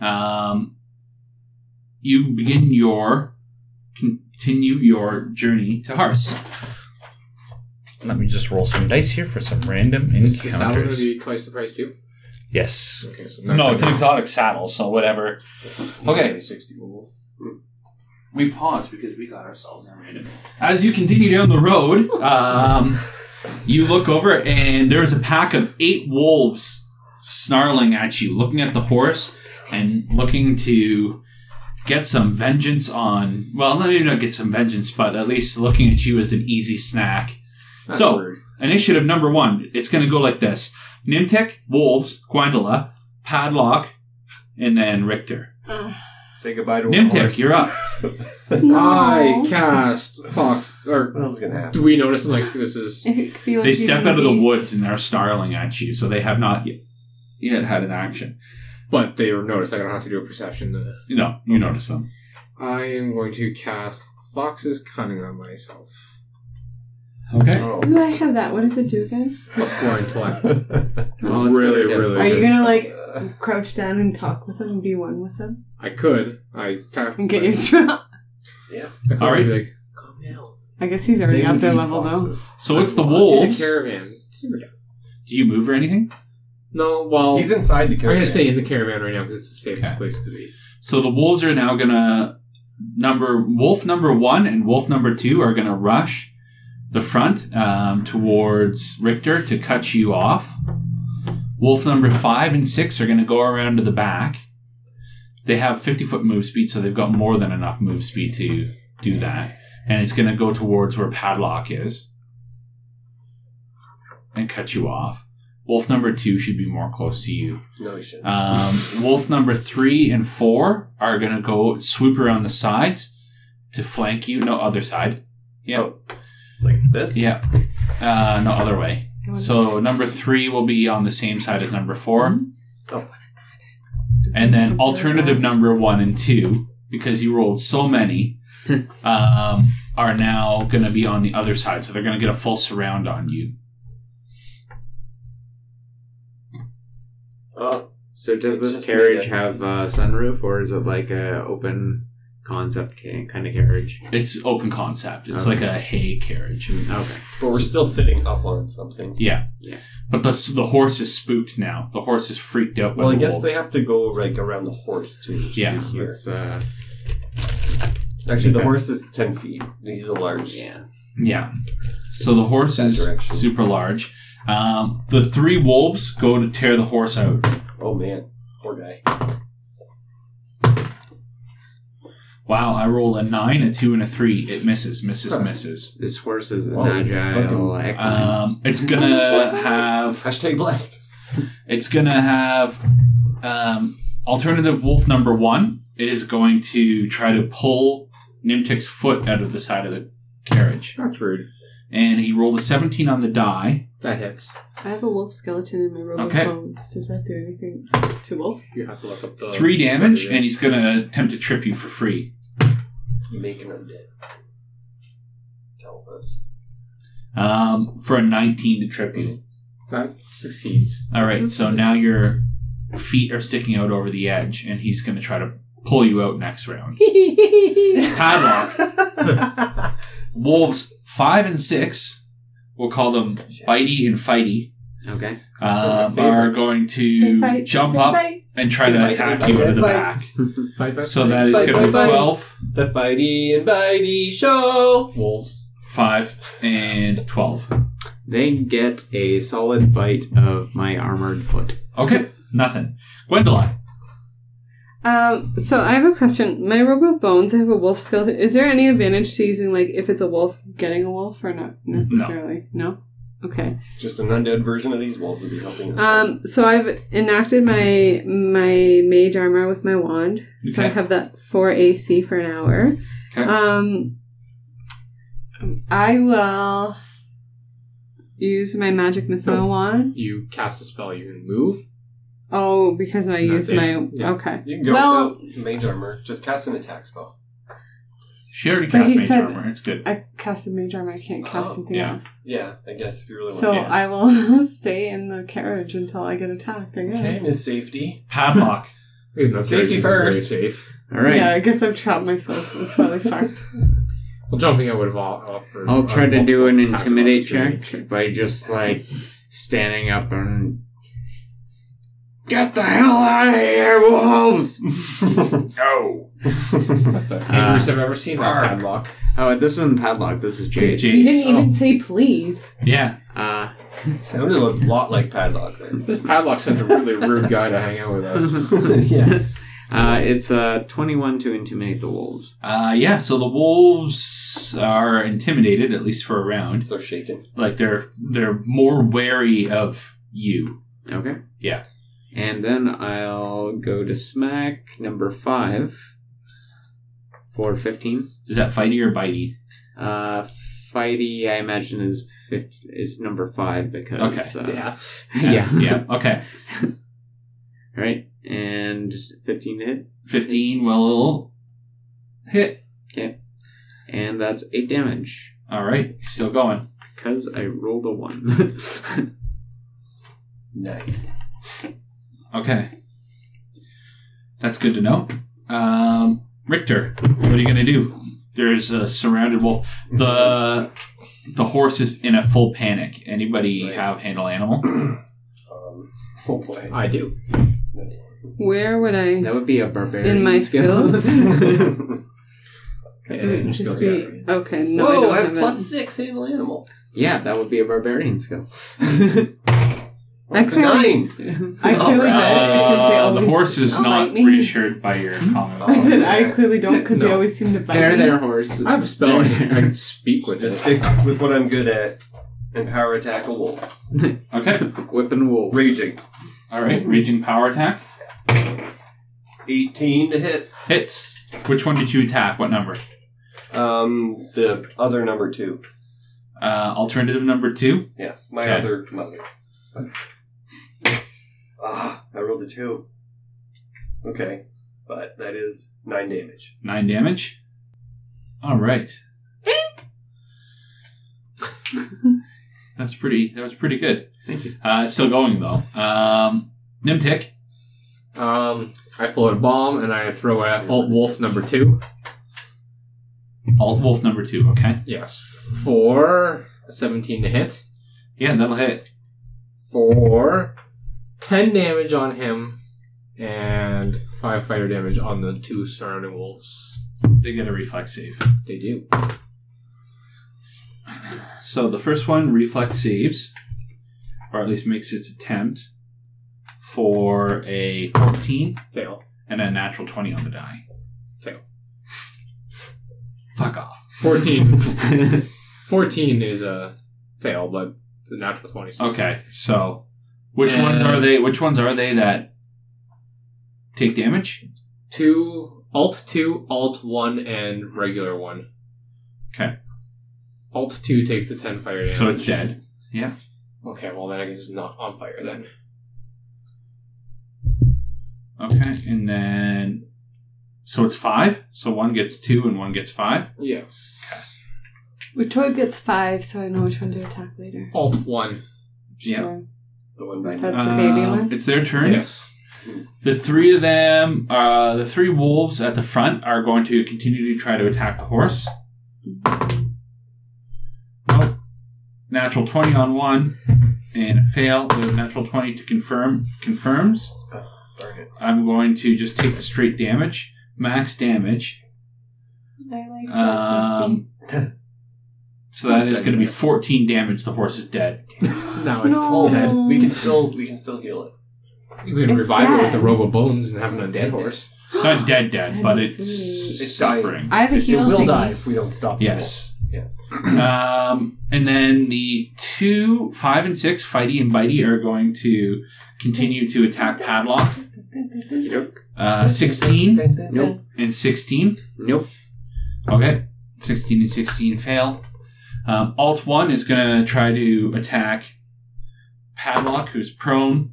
Speaker 1: Um, you begin your continue your journey to Hars. Let me just roll some dice here for some random
Speaker 4: Is the saddle going to be twice the price too?
Speaker 1: Yes.
Speaker 4: Okay, so
Speaker 1: No, it's an exotic saddle, so whatever. Okay.
Speaker 4: sixty gold.
Speaker 1: We pause because we got ourselves in random. As you continue down the road, um, you look over and there is a pack of eight wolves snarling at you, looking at the horse and looking to get some vengeance on. Well, maybe not get some vengeance, but at least looking at you as an easy snack.
Speaker 4: That's
Speaker 1: So-
Speaker 4: rude.
Speaker 1: Initiative number one. It's going to go like this: Nimtek, Wolves, Gwendola, Padlock, and then Richter.
Speaker 2: Say goodbye to a
Speaker 1: Nimtek,
Speaker 2: horse.
Speaker 1: you're up.
Speaker 4: I
Speaker 3: no.
Speaker 4: cast fox. Or
Speaker 2: What else is gonna happen?
Speaker 4: do we notice? them, like this is
Speaker 3: It could be like
Speaker 1: they
Speaker 3: Beauty
Speaker 1: step
Speaker 3: and
Speaker 1: out of the
Speaker 3: Beast.
Speaker 1: woods and they're snarling at you, so they have not yet, yet had an action.
Speaker 4: But they were noticed. I don't have to do a perception. to-
Speaker 1: You know, you notice them.
Speaker 4: I am going to cast Fox's Cunning on myself.
Speaker 1: Okay.
Speaker 2: Oh.
Speaker 3: Ooh, I have that. What does it do again?
Speaker 4: Plus four intellect.
Speaker 5: Oh, it's
Speaker 4: really,
Speaker 5: very good.
Speaker 4: really.
Speaker 3: Are you
Speaker 4: good.
Speaker 3: gonna like
Speaker 2: Uh,
Speaker 3: crouch down and talk with them, and be one with them,
Speaker 4: I could. I tap.
Speaker 3: and get your throat?
Speaker 1: All right.
Speaker 4: Like,
Speaker 2: calm down.
Speaker 3: I guess he's already
Speaker 2: They
Speaker 3: up
Speaker 2: would
Speaker 3: their
Speaker 2: eat
Speaker 3: level though.
Speaker 2: foxes.
Speaker 1: So it's the
Speaker 4: I'm in
Speaker 1: wolves.
Speaker 4: caravan. Super down.
Speaker 1: Do you move or anything?
Speaker 4: No, well,
Speaker 2: He's inside the
Speaker 4: I'm
Speaker 2: caravan.
Speaker 4: gonna stay in the caravan right now because it's the safest
Speaker 1: Okay.
Speaker 4: place to be.
Speaker 1: So the wolves are now gonna number wolf number one and wolf number two are gonna rush the front um, towards Richter to cut you off. Wolf number five and six are gonna go around to the back. They have fifty foot move speed, so they've got more than enough move speed to do that. And it's gonna go towards where Padlock is. and cut you off. Wolf number two should be more close to you.
Speaker 2: No, he shouldn't.
Speaker 1: Um, wolf number three and four are gonna go swoop around the sides to flank you. No other side. Yeah,
Speaker 2: Oh. like this?
Speaker 1: yeah. Uh, no other way. So number three will be on the same side as number four,
Speaker 2: Mm-hmm.
Speaker 1: and then alternative number one and two because you rolled so many um, are now gonna be on the other side. So they're gonna get a full surround on you.
Speaker 2: Oh,
Speaker 5: So does this
Speaker 2: Just
Speaker 5: carriage
Speaker 2: need a-
Speaker 5: have a sunroof, or is it like a open concept ca- kind of carriage?
Speaker 1: It's open concept. It's
Speaker 5: Okay.
Speaker 1: like a hay carriage.
Speaker 5: Okay.
Speaker 2: but we're still sitting up on something.
Speaker 1: Yeah.
Speaker 5: Yeah.
Speaker 1: But the the horse is spooked now. The horse is freaked out by
Speaker 2: Well, I
Speaker 1: the
Speaker 2: guess
Speaker 1: wolves.
Speaker 2: they have to go like around the horse too. which
Speaker 1: Yeah.
Speaker 2: would be here.
Speaker 5: Let's, uh,
Speaker 2: Actually, the
Speaker 5: Okay.
Speaker 2: horse is ten feet. He's a large.
Speaker 5: yeah.
Speaker 1: yeah. So the horse
Speaker 2: That
Speaker 1: is
Speaker 2: direction.
Speaker 1: super large. Um, the three wolves go to tear the horse out.
Speaker 2: Oh man, poor guy.
Speaker 1: Wow! I roll a nine, a two, and a three. It misses, misses,
Speaker 2: Huh.
Speaker 1: misses.
Speaker 5: This horse is an
Speaker 2: Whoa, it's
Speaker 5: agile
Speaker 2: fucking- uh,
Speaker 5: equine.
Speaker 1: Um, it's gonna have.
Speaker 2: Hashtag blessed.
Speaker 1: It's gonna have. Um, alternative wolf number one is going to try to pull Nimtic's foot out of the side of the carriage,
Speaker 2: That's rude.
Speaker 1: and he rolled a seventeen on the die.
Speaker 4: That hits.
Speaker 3: I have a wolf skeleton in my robe
Speaker 1: Okay.
Speaker 3: of bones. Does that do anything to wolves?
Speaker 4: You have to look up the
Speaker 1: three damage, and he's gonna attempt to trip you for free.
Speaker 2: Make an undead. Tell us.
Speaker 1: Um, for a 19 to trip you.
Speaker 4: that succeeds.
Speaker 1: All right, so
Speaker 3: Mm-hmm.
Speaker 1: now your feet are sticking out over the edge, and he's gonna try to pull you out next round. Padlock. Wolves five and six, we'll call them Bitey and Fighty,
Speaker 5: okay.
Speaker 1: um,
Speaker 2: They're my
Speaker 1: are
Speaker 2: favorites.
Speaker 1: going to jump
Speaker 3: They
Speaker 1: up
Speaker 3: fight.
Speaker 1: and try
Speaker 2: They
Speaker 1: to
Speaker 2: fight,
Speaker 1: attack
Speaker 2: they
Speaker 1: you
Speaker 2: fight,
Speaker 1: out of the
Speaker 2: they
Speaker 1: back.
Speaker 4: Five, five,
Speaker 1: So that is
Speaker 2: Fight,
Speaker 1: gonna be
Speaker 2: fight, fight.
Speaker 1: 12,
Speaker 2: The Fighty and Bitey show.
Speaker 4: wolves.
Speaker 1: 5, and 12.
Speaker 5: They get a solid bite of my armored foot.
Speaker 1: Okay, nothing. Gwendolyn.
Speaker 3: Um, so I have a question. My robe of bones, I have a wolf skeleton. Is there any advantage to using like if it's a wolf, getting a wolf or not necessarily? No. Okay.
Speaker 2: Just an undead version of these wolves would be helping us.
Speaker 3: Um, so I've enacted my my mage armor with my wand. So I
Speaker 1: Okay.
Speaker 3: have that four AC for an hour.
Speaker 1: Okay.
Speaker 3: Um, I will use my magic missile
Speaker 1: Oh.
Speaker 3: wand.
Speaker 4: You cast a spell, you can move.
Speaker 3: Oh, because I
Speaker 4: Not
Speaker 3: use
Speaker 4: there.
Speaker 3: my
Speaker 4: Yeah.
Speaker 3: okay.
Speaker 2: you can go
Speaker 3: well-
Speaker 2: without mage armor. Just cast an attack spell.
Speaker 1: She already
Speaker 3: But
Speaker 1: cast
Speaker 3: he
Speaker 1: Mage
Speaker 3: said-
Speaker 1: Armor. It's good.
Speaker 3: I cast a mage armor. I can't cast
Speaker 2: Oh,
Speaker 3: something
Speaker 1: yeah.
Speaker 3: else.
Speaker 2: Yeah, I guess if you really
Speaker 3: So
Speaker 2: want.
Speaker 1: Yeah.
Speaker 3: I will stay in the carriage until I get attacked. I guess.
Speaker 2: Okay, Miss Safety.
Speaker 1: Padlock.
Speaker 4: Even though
Speaker 2: Safety
Speaker 4: they're very
Speaker 2: first.
Speaker 4: Safe.
Speaker 5: All right.
Speaker 3: Yeah, I guess I've trapped myself. I'm probably fucked.
Speaker 4: Well, jumping, I would have offered.
Speaker 5: I'll try to
Speaker 4: uh,
Speaker 5: do an
Speaker 4: tax
Speaker 5: intimidate
Speaker 4: opportunity.
Speaker 5: check by just like standing up and get the hell out of here, wolves!
Speaker 1: No.
Speaker 4: That's the angriest I've ever seen. That
Speaker 5: bark.
Speaker 4: padlock.
Speaker 5: oh, this isn't padlock. This is Jay's.
Speaker 1: Jay. You Oh.
Speaker 4: didn't even
Speaker 3: say please.
Speaker 1: Yeah.
Speaker 5: Uh,
Speaker 2: Sounded a lot like padlock there.
Speaker 4: This padlock sends a really rude guy to hang out with us.
Speaker 2: yeah.
Speaker 5: uh, it's uh, twenty-one to intimidate the wolves.
Speaker 1: Uh, yeah, so the wolves are intimidated, at least for a round.
Speaker 2: They're shaken.
Speaker 1: Like they're they're more wary of you.
Speaker 5: Okay.
Speaker 1: Yeah.
Speaker 5: And then I'll go to smack number five for fifteen.
Speaker 1: Is that fighty or bitey?
Speaker 5: Uh, fighty, I imagine is fifth, is number five because uh,
Speaker 4: yeah.
Speaker 5: yeah.
Speaker 1: Yeah. Okay.
Speaker 5: All right, and 15 to hit,
Speaker 1: Fifteen will hit.
Speaker 5: and that's 8 damage,
Speaker 1: Alright, still going.
Speaker 5: because I rolled a 1.
Speaker 2: Nice.
Speaker 1: Okay. That's good to know. Um Richter, what are you gonna do? There's a surrounded wolf. The the horse is in a full panic. Anybody
Speaker 2: Right.
Speaker 1: have handle animal?
Speaker 2: Um, oh boy.
Speaker 4: I do.
Speaker 3: Where would I?
Speaker 5: that would be a barbarian.
Speaker 3: In my
Speaker 4: Okay, and
Speaker 3: It
Speaker 4: then
Speaker 3: would
Speaker 4: your
Speaker 3: Mm, just
Speaker 4: skills
Speaker 3: be,
Speaker 4: got-
Speaker 3: okay, no, I
Speaker 2: Whoa,
Speaker 3: don't
Speaker 2: I
Speaker 3: have,
Speaker 2: have
Speaker 3: it.
Speaker 2: plus six animal animal.
Speaker 5: yeah, that would be a barbarian skill.
Speaker 3: I
Speaker 2: That's a
Speaker 3: clearly-
Speaker 2: nine.
Speaker 3: I clearly
Speaker 2: Alright.
Speaker 3: don't. Since they
Speaker 1: Uh,
Speaker 3: always
Speaker 1: the horse is
Speaker 3: don't
Speaker 1: not
Speaker 3: bite me.
Speaker 1: reassured by your comment.
Speaker 3: I said I clearly don't because they
Speaker 4: No.
Speaker 3: always seem to bite
Speaker 5: there,
Speaker 3: me.
Speaker 5: there, horse.
Speaker 4: I have a spell. I can I can speak with
Speaker 2: Just
Speaker 4: it.
Speaker 2: stick with what I'm good at. and power attack a wolf.
Speaker 1: Okay.
Speaker 5: Whipping wolf.
Speaker 2: Raging.
Speaker 1: All right. Raging power attack.
Speaker 2: 18 to hit.
Speaker 1: Hits. Which one did you attack? What number?
Speaker 2: Um, the other number two.
Speaker 1: Uh, alternative number two.
Speaker 2: Yeah, my
Speaker 1: Okay.
Speaker 2: other mother. Ah, I rolled a two. Okay, but that is nine damage.
Speaker 1: Nine damage. All right. That's pretty. That was pretty good.
Speaker 5: Thank you.
Speaker 1: Uh, it's still going though. Um, Nimtik.
Speaker 4: Um, I pull out a bomb and I throw at Alt Wolf number two.
Speaker 1: Alt Wolf number two. Okay.
Speaker 4: Yes, for 17 to hit.
Speaker 1: Yeah, that'll hit.
Speaker 4: for 10 damage on him and 5 fire damage on the two surrounding wolves.
Speaker 1: They get a reflex save.
Speaker 4: They do.
Speaker 1: So the first one, reflex saves, or at least makes its attempt for a 14
Speaker 4: Fail.
Speaker 1: and a natural 20 on the die.
Speaker 4: Fail.
Speaker 1: Fuck off.
Speaker 4: 14. 14 is a fail, but it's a natural 20. so-
Speaker 1: Okay, so which ones are they? Which ones are they that take damage?
Speaker 4: Two, alt 2, alt 1, and regular 1.
Speaker 1: Okay.
Speaker 4: Alt 2 takes the 10 fire damage.
Speaker 1: So it's dead.
Speaker 4: Okay, well then I guess it's not on fire then.
Speaker 1: Okay, and then so it's five. So one gets two and one gets five.
Speaker 4: Yes.
Speaker 3: Retor gets five, so I know which one to attack later.
Speaker 4: Alt 1.
Speaker 1: Yeah.
Speaker 3: Sure.
Speaker 2: The one by
Speaker 3: Is
Speaker 2: nine.
Speaker 3: that- That's a baby
Speaker 1: Um,
Speaker 3: one?
Speaker 1: It's their turn.
Speaker 4: Yes.
Speaker 1: The three of them, uh, the three wolves at the front are going to continue to try to attack the horse. Nope. Natural 20 on one and fail. The natural 20 to confirm confirms.
Speaker 2: Darn it.
Speaker 1: I'm going to just take the straight damage, max damage.
Speaker 3: I like
Speaker 1: Um, so that is going to be 14 damage. The horse is dead.
Speaker 4: Now it's
Speaker 3: No.
Speaker 4: dead.
Speaker 2: We can still we can still heal it.
Speaker 4: You can
Speaker 3: It's
Speaker 4: revive it with
Speaker 3: dead.
Speaker 4: the robo bones and have an undead horse.
Speaker 1: It's not dead, dead, but it's,
Speaker 3: That's
Speaker 2: neat.
Speaker 1: suffering.
Speaker 3: I have a
Speaker 2: It
Speaker 3: heal.
Speaker 2: will
Speaker 3: thingy.
Speaker 2: die if we don't stop. it.
Speaker 1: Yes.
Speaker 2: Yeah.
Speaker 1: um, and then the two, five, and six, Fighty and Bitey, are going to continue to attack Padlock. Uh, 16
Speaker 5: Nope.
Speaker 1: and 16.
Speaker 5: Nope.
Speaker 1: Okay. 16 and 16 fail. Um, Alt 1 is going to try to attack Padlock, who's prone.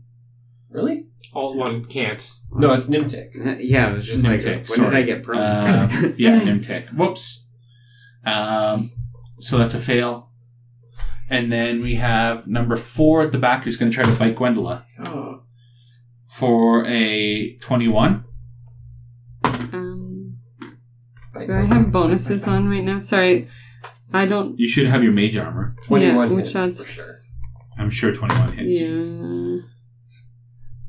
Speaker 2: Really?
Speaker 4: Alt one can't.
Speaker 2: No, it's Nimtek.
Speaker 5: Uh, Yeah, it was just like,
Speaker 1: Nimtek,
Speaker 5: when
Speaker 1: sorry.
Speaker 5: did I get prone?
Speaker 1: Uh, yeah, Nimtek. Whoops. Um, so that's a fail. And then we have number 4 at the back, who's going to try to bite Gwendola.
Speaker 5: Oh,
Speaker 1: for a 21.
Speaker 3: Um, do I have bonuses on right now? Sorry, I don't.
Speaker 1: You should have your mage armor.
Speaker 2: Twenty-one
Speaker 3: Yeah, which
Speaker 2: hits
Speaker 3: odds?
Speaker 2: for sure.
Speaker 1: I'm sure 21 hits. you.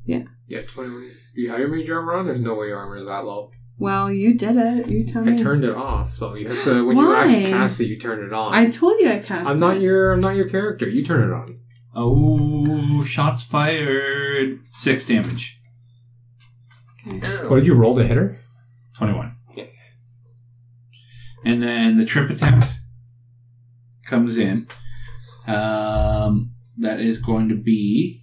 Speaker 3: Yeah.
Speaker 4: Yeah, twenty one. Do you have your mage armor on? There's no way your armor is that low.
Speaker 3: Well, you did it. You tell
Speaker 4: I
Speaker 3: me.
Speaker 4: turned it off, so you have to when you
Speaker 3: Why?
Speaker 4: actually cast it, you turn it on.
Speaker 3: I told you I cast.
Speaker 4: am not
Speaker 3: it.
Speaker 4: your I'm not your character. You turn it on.
Speaker 1: Oh, shots fired. Six damage.
Speaker 4: What did you roll to hit her?
Speaker 1: 21.
Speaker 4: Yeah.
Speaker 1: And then the trip attempt comes in. Um, that is going to be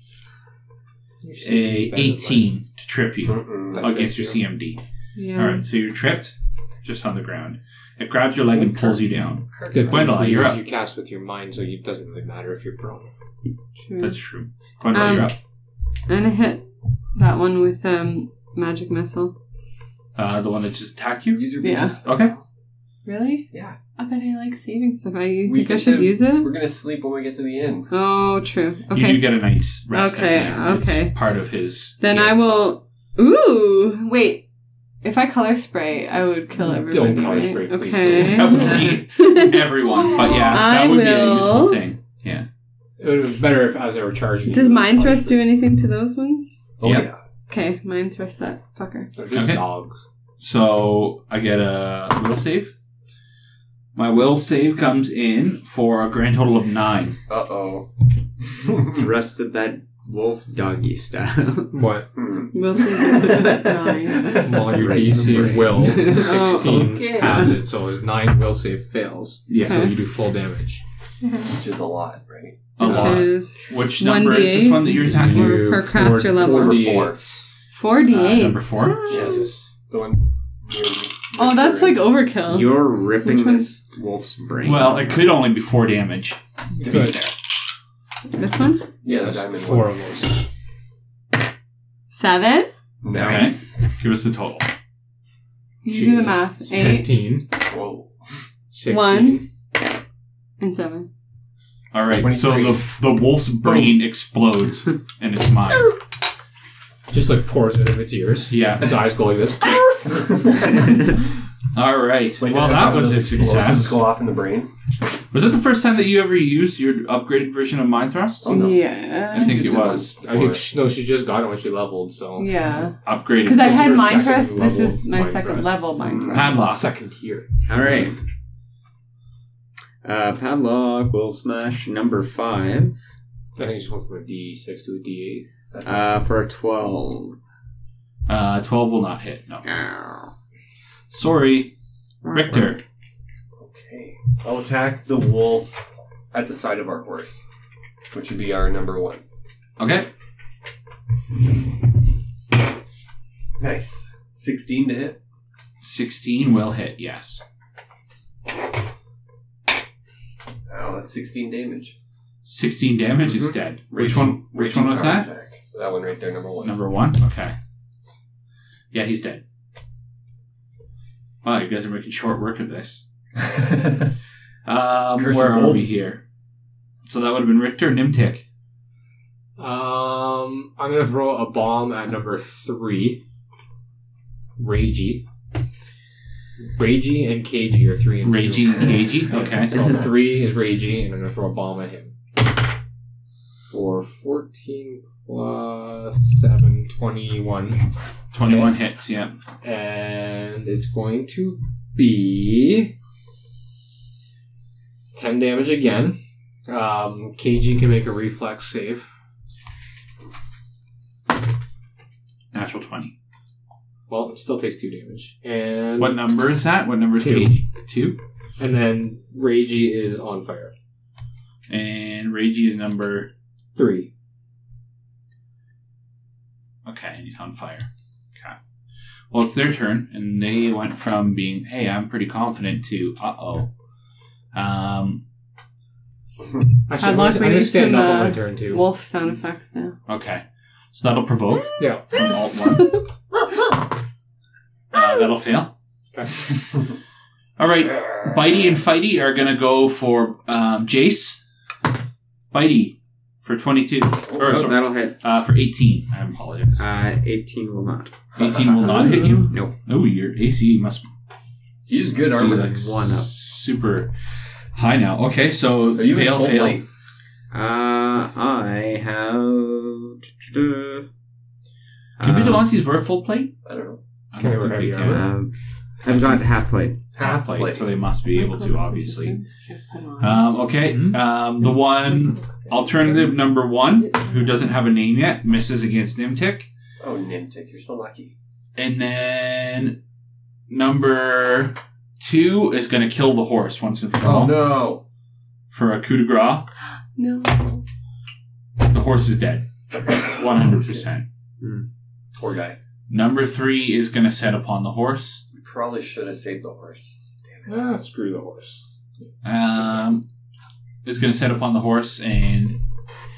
Speaker 1: a 18 to trip you
Speaker 2: Mm-mm.
Speaker 1: against your CMD.
Speaker 3: Yeah.
Speaker 1: All right, so you're tripped just on the ground. It grabs your leg and pulls you down.
Speaker 4: Good thing
Speaker 1: Gwendolyn,
Speaker 4: for you
Speaker 1: you're
Speaker 4: is
Speaker 1: up.
Speaker 4: you cast with your mind, so it doesn't really matter if you're prone.
Speaker 3: True.
Speaker 1: That's true. Gwendolyn,
Speaker 3: Um,
Speaker 1: you're up.
Speaker 3: And I hit that one with um magic missile.
Speaker 1: Uh, the one that just attacked you?
Speaker 2: Use your
Speaker 3: Yeah.
Speaker 2: bonus.
Speaker 1: Okay.
Speaker 3: Really?
Speaker 2: Yeah.
Speaker 3: I bet I like saving stuff. I you
Speaker 2: We
Speaker 3: think I
Speaker 2: can
Speaker 3: should
Speaker 2: save-
Speaker 3: use it?
Speaker 2: We're gonna sleep when we get to the end.
Speaker 3: Oh, true. Okay.
Speaker 1: You do get a night's rest.
Speaker 3: Okay,
Speaker 1: at the end. It's
Speaker 3: okay.
Speaker 1: part of his.
Speaker 3: then I will. Ooh, wait. If I color spray, I would kill
Speaker 4: Don't
Speaker 3: everybody.
Speaker 4: color
Speaker 3: right?
Speaker 4: spray, please.
Speaker 1: That
Speaker 3: Okay.
Speaker 1: would be everyone, but yeah, that
Speaker 3: I
Speaker 1: would be a
Speaker 3: will.
Speaker 1: useful thing. Yeah.
Speaker 4: It would have been better if as they were charging.
Speaker 3: Does
Speaker 4: you-
Speaker 3: mind thrust do anything to those ones?
Speaker 2: Oh
Speaker 1: Yep.
Speaker 2: yeah.
Speaker 3: Okay, mind thrust that fucker.
Speaker 2: There's
Speaker 1: Okay.
Speaker 4: dogs?
Speaker 1: So I get a will save. My will save comes in for a grand total of nine.
Speaker 2: Uh oh.
Speaker 5: Thrusted that wolf doggy style.
Speaker 4: What?
Speaker 3: We'll see.
Speaker 4: Well, your
Speaker 5: Right.
Speaker 4: DC will sixteen
Speaker 5: okay.
Speaker 3: Oh,
Speaker 4: passes, so nine will save fails.
Speaker 1: Yeah.
Speaker 4: So
Speaker 3: Okay.
Speaker 4: you do full damage.
Speaker 2: which is a lot, right?
Speaker 1: A
Speaker 3: Which
Speaker 1: lot.
Speaker 3: is
Speaker 1: Which number is this
Speaker 3: 1d8?
Speaker 1: one that you're
Speaker 4: Can
Speaker 1: attacking?
Speaker 3: Or
Speaker 4: you
Speaker 3: per
Speaker 4: four-
Speaker 3: caster level.
Speaker 4: four
Speaker 2: Number
Speaker 4: D8s?
Speaker 2: four.
Speaker 1: Uh,
Speaker 3: 48.
Speaker 1: number four.
Speaker 4: Jesus.
Speaker 2: The one. near-
Speaker 3: oh, that's like
Speaker 2: near
Speaker 3: overkill.
Speaker 5: You're ripping
Speaker 3: Which
Speaker 5: this wolf's brain.
Speaker 1: Well, it could only be four damage. To be
Speaker 4: Good.
Speaker 1: fair.
Speaker 3: this one?
Speaker 2: Yeah, the
Speaker 4: That's
Speaker 2: diamond
Speaker 4: four
Speaker 2: one.
Speaker 4: of those.
Speaker 3: Seven?
Speaker 1: Nice. Give us the total.
Speaker 3: You do the
Speaker 5: Jesus.
Speaker 3: math. Eight,
Speaker 4: Fifteen.
Speaker 2: Whoa.
Speaker 4: Sixteen.
Speaker 3: One. and seven.
Speaker 1: All right. So the the wolf's brain explodes in its mind.
Speaker 4: Just like pours out of its ears.
Speaker 1: Yeah.
Speaker 4: Its eyes go like this.
Speaker 1: All right.
Speaker 2: Like,
Speaker 1: well,
Speaker 2: that's
Speaker 1: that
Speaker 2: how
Speaker 1: was
Speaker 2: those
Speaker 1: a
Speaker 2: explosives
Speaker 1: success.
Speaker 2: Go off in the brain.
Speaker 1: Was that the first time that you ever used your upgraded version of Mind Thrust?
Speaker 2: Oh, no.
Speaker 3: Yeah.
Speaker 1: I think it
Speaker 2: Because
Speaker 1: was Uh,
Speaker 4: I think she, no, she just got it when she leveled. So
Speaker 3: yeah.
Speaker 1: upgraded.
Speaker 3: Because I
Speaker 4: This is
Speaker 3: had
Speaker 4: her
Speaker 3: mind
Speaker 4: second
Speaker 3: thrust.
Speaker 4: level
Speaker 3: This is my
Speaker 4: mind
Speaker 3: second
Speaker 4: thrust.
Speaker 3: level mind thrust.
Speaker 1: Padlock.
Speaker 4: Ah, second tier.
Speaker 5: All right. Uh, padlock will smash number five
Speaker 4: I think she went from a D six to a D
Speaker 2: That's
Speaker 5: uh, for a twelve.
Speaker 1: Uh, Twelve will not hit. No.
Speaker 5: Ow.
Speaker 1: Sorry, Richter.
Speaker 2: Okay. I'll attack the wolf at the side of our horse, which would be our number one.
Speaker 1: Okay.
Speaker 2: Nice. 16 to hit.
Speaker 1: Sixteen will hit. Yes.
Speaker 2: Oh, that's 16 damage.
Speaker 1: Sixteen damage is
Speaker 5: Mhm.
Speaker 1: dead. which
Speaker 2: Raging-
Speaker 1: one? Which
Speaker 2: Mm-hmm. raging
Speaker 1: one was
Speaker 2: power
Speaker 1: that?
Speaker 2: attack. That one right there, number one.
Speaker 1: Number one. Okay. Yeah, he's dead. Wow, you guys are making short work of this. Um,
Speaker 2: Curse
Speaker 1: where are
Speaker 2: of
Speaker 1: we
Speaker 2: wolves.
Speaker 1: here? So that would have been Richter Nimtik.
Speaker 4: eight. Um, I'm gonna throw a bomb at number three. Ragey. Ragey and KG are three and two.
Speaker 1: Raging Cagey. Okay.
Speaker 4: So three is Ragey, and I'm gonna throw a bomb at him. For 14 plus 7, 21.
Speaker 1: 21 hits, yeah.
Speaker 4: And it's going to be 10 damage again. Um, KG can make a reflex save.
Speaker 1: Natural 20.
Speaker 4: Well, it still takes 2 damage. And
Speaker 1: What number is that? What number is
Speaker 4: Two.
Speaker 1: Cagey? Two.
Speaker 4: and then Ragey is on fire.
Speaker 1: And Ragey is number.
Speaker 4: 3.
Speaker 1: Okay, and he's on fire. Okay. Well, it's their turn, and they went from being, hey, I'm pretty confident, to, uh oh. Um,
Speaker 4: Actually, I'm
Speaker 3: luck,
Speaker 4: gonna-
Speaker 3: we
Speaker 4: I'm
Speaker 3: need
Speaker 4: gonna stand
Speaker 3: some,
Speaker 4: up on
Speaker 3: uh,
Speaker 4: my turn too.
Speaker 3: Wolf sound effects now.
Speaker 1: okay. So that'll provoke
Speaker 4: yeah.
Speaker 1: from Alt 1. Uh, that'll fail.
Speaker 4: Okay.
Speaker 1: All right. Bitey and Fighty are going to go for um, Jace. Bitey for 22. Or,
Speaker 5: Oh,
Speaker 1: sorry,
Speaker 5: that'll hit.
Speaker 1: uh, for 18. I apologize.
Speaker 5: Uh, Eighteen will not.
Speaker 1: 18 will not hit you?
Speaker 5: Nope.
Speaker 1: Oh, your AC must
Speaker 2: He's good
Speaker 1: be
Speaker 2: armor.
Speaker 1: like
Speaker 5: one up.
Speaker 1: super high now. Okay, so
Speaker 2: Are you
Speaker 1: fail,
Speaker 2: in full
Speaker 1: fail.
Speaker 2: plate?
Speaker 5: Uh, I have.
Speaker 2: Um,
Speaker 1: Can vigilantes wear full plate?
Speaker 2: I don't know.
Speaker 1: I don't
Speaker 4: Can they
Speaker 1: think
Speaker 4: wear
Speaker 1: they
Speaker 4: heavy
Speaker 1: can.
Speaker 4: armor?
Speaker 5: Um, I've got half plate.
Speaker 1: Half plate, so they must be able to, obviously.
Speaker 3: Um,
Speaker 1: Um, okay,
Speaker 2: Hmm?
Speaker 4: Mhm.
Speaker 1: um, the one alternative number one, who doesn't have a name yet, misses against Nimtik.
Speaker 2: Oh, Nimtik, you're so lucky.
Speaker 1: And then number two is going to kill the horse once and for all
Speaker 2: Oh, no.
Speaker 1: for a coup de grace.
Speaker 3: no.
Speaker 1: The horse is dead, 100%.
Speaker 2: Poor guy.
Speaker 1: Number three is going to set upon the horse.
Speaker 2: We probably should have saved the horse.
Speaker 4: Ah, screw the horse.
Speaker 1: um, is going to set upon the horse, and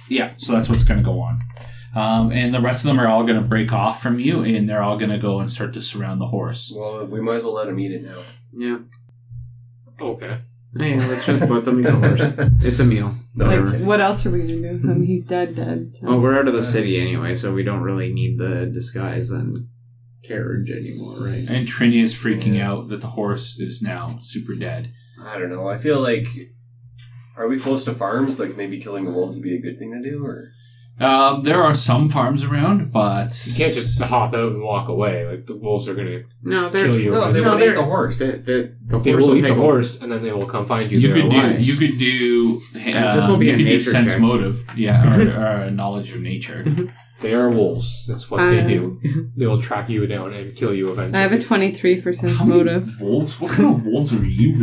Speaker 1: yeah, so that's what's going to go on. Um, and the rest of them are all going to break off from you, and they're all going to go and start to surround the horse.
Speaker 2: Well, we might as well let him eat it now.
Speaker 5: Yeah.
Speaker 4: Okay.
Speaker 5: Hey, let's just let them eat the horse. It's a meal.
Speaker 2: No,
Speaker 3: Like,
Speaker 5: Whatever.
Speaker 3: what else are we gonna do with him? He's dead, dead. so-
Speaker 1: Oh,
Speaker 5: Well, we're out of the city anyway, so we don't really need the disguise and carriage anymore, right?
Speaker 1: And Trini is freaking out that the horse is now super dead.
Speaker 2: I don't know. I feel like. Are we close to farms? Like, maybe killing the wolves would be a good thing to do? Or.
Speaker 1: Um, there are some farms around, but
Speaker 4: You can't just hop out and walk away. Like, the wolves are gonna kill
Speaker 5: No, there's.
Speaker 4: you.
Speaker 2: No, they
Speaker 5: No,
Speaker 2: will
Speaker 5: they're-
Speaker 2: eat the horse.
Speaker 5: The, the, the
Speaker 4: They
Speaker 5: horse
Speaker 4: will eat
Speaker 5: take
Speaker 4: the
Speaker 5: a-
Speaker 4: horse, and then they will come find you.
Speaker 1: You
Speaker 4: there
Speaker 1: could do.
Speaker 4: alive.
Speaker 1: You could do.
Speaker 5: Uh, this'll
Speaker 1: um,
Speaker 5: be
Speaker 1: you
Speaker 5: a
Speaker 1: could do
Speaker 5: nature
Speaker 1: sense
Speaker 5: check.
Speaker 1: motive, yeah, or, or a knowledge of nature.
Speaker 5: Mhm.
Speaker 4: They are wolves. That's what they
Speaker 3: Um,
Speaker 4: do. They will track you down and kill you eventually.
Speaker 3: I have a 23 for sense
Speaker 1: How many
Speaker 3: motive.
Speaker 1: Wolves? What kind of wolves are you?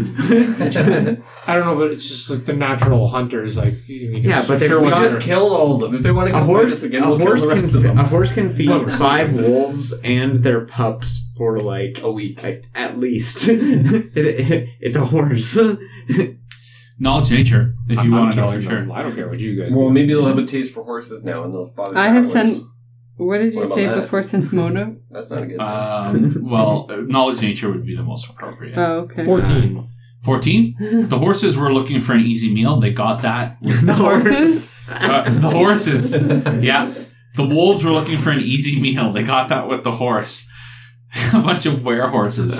Speaker 4: I don't know, but it's just like the natural hunters. Like you need to
Speaker 5: Yeah, but they-
Speaker 4: sure
Speaker 5: we
Speaker 2: We
Speaker 4: what-
Speaker 2: just killed all of them. If they want to
Speaker 5: A
Speaker 2: come fight us
Speaker 5: horse,
Speaker 2: again,
Speaker 5: a
Speaker 2: we'll
Speaker 5: horse
Speaker 2: kill the
Speaker 5: can,
Speaker 2: rest of
Speaker 5: fe-
Speaker 2: them.
Speaker 5: a horse can feed
Speaker 4: Whatever.
Speaker 5: five wolves and their pups for like
Speaker 2: A week.
Speaker 5: at, at least. It- it- it's a horse.
Speaker 1: Knowledge nature, if you
Speaker 4: I'm
Speaker 1: want to know
Speaker 4: killing
Speaker 1: for sure.
Speaker 4: them. I don't care what you guys.
Speaker 2: Well,
Speaker 4: do.
Speaker 2: maybe they'll have a taste for horses now, and they'll bother.
Speaker 3: I have
Speaker 2: travelers.
Speaker 3: sent- What did you
Speaker 2: What about
Speaker 3: say
Speaker 2: that?
Speaker 3: before sense motive?
Speaker 2: That's not a good.
Speaker 1: Um, well, uh, knowledge nature would be the most appropriate.
Speaker 3: Oh, okay.
Speaker 4: fourteen.
Speaker 1: 14. The horses were looking for an easy meal. They got that.
Speaker 5: the
Speaker 3: Horses?
Speaker 1: Uh, the horses. Yeah. The wolves were looking for an easy meal. They got that with the horse. a bunch of werehorses.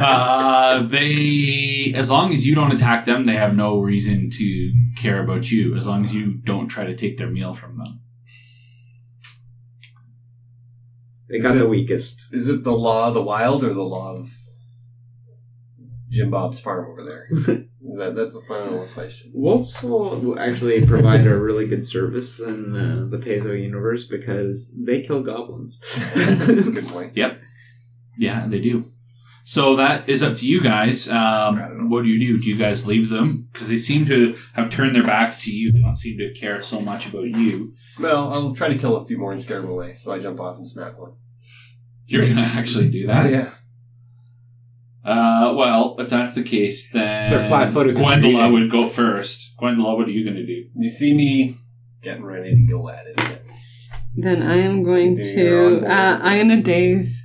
Speaker 1: uh, they, as long as you don't attack them, they have no reason to care about you. As long as you don't try to take their meal from them.
Speaker 5: They got the weakest.
Speaker 2: Is it the law of the wild or the law of Jim Bob's farm over there? Is that that's the final question.
Speaker 5: Wolves will actually provide a really good service in the, the Peso universe because they kill
Speaker 2: That's a
Speaker 5: goblins.
Speaker 2: good point.
Speaker 1: Yeah, they do. So that is up to you guys.
Speaker 2: I don't know.
Speaker 1: Um, what do you do? Do you guys leave them? Because they seem to have turned their backs to you. They don't seem to care so much about you.
Speaker 2: Well, I'll try to kill a few more and scare them away. So I jump off and smack one.
Speaker 1: You're going to actually do
Speaker 4: Oh,
Speaker 1: that.
Speaker 2: yeah.
Speaker 1: Uh, well, if that's the case, then
Speaker 4: They're flat-footed 'cause they're
Speaker 1: Gwendola
Speaker 4: eating.
Speaker 1: would go first. Gwendola, what are you going to do?
Speaker 2: You see me getting ready to go at it.
Speaker 3: Then I am going
Speaker 2: Dude, you're on
Speaker 3: to.
Speaker 2: board.
Speaker 3: Uh, I'm gonna daze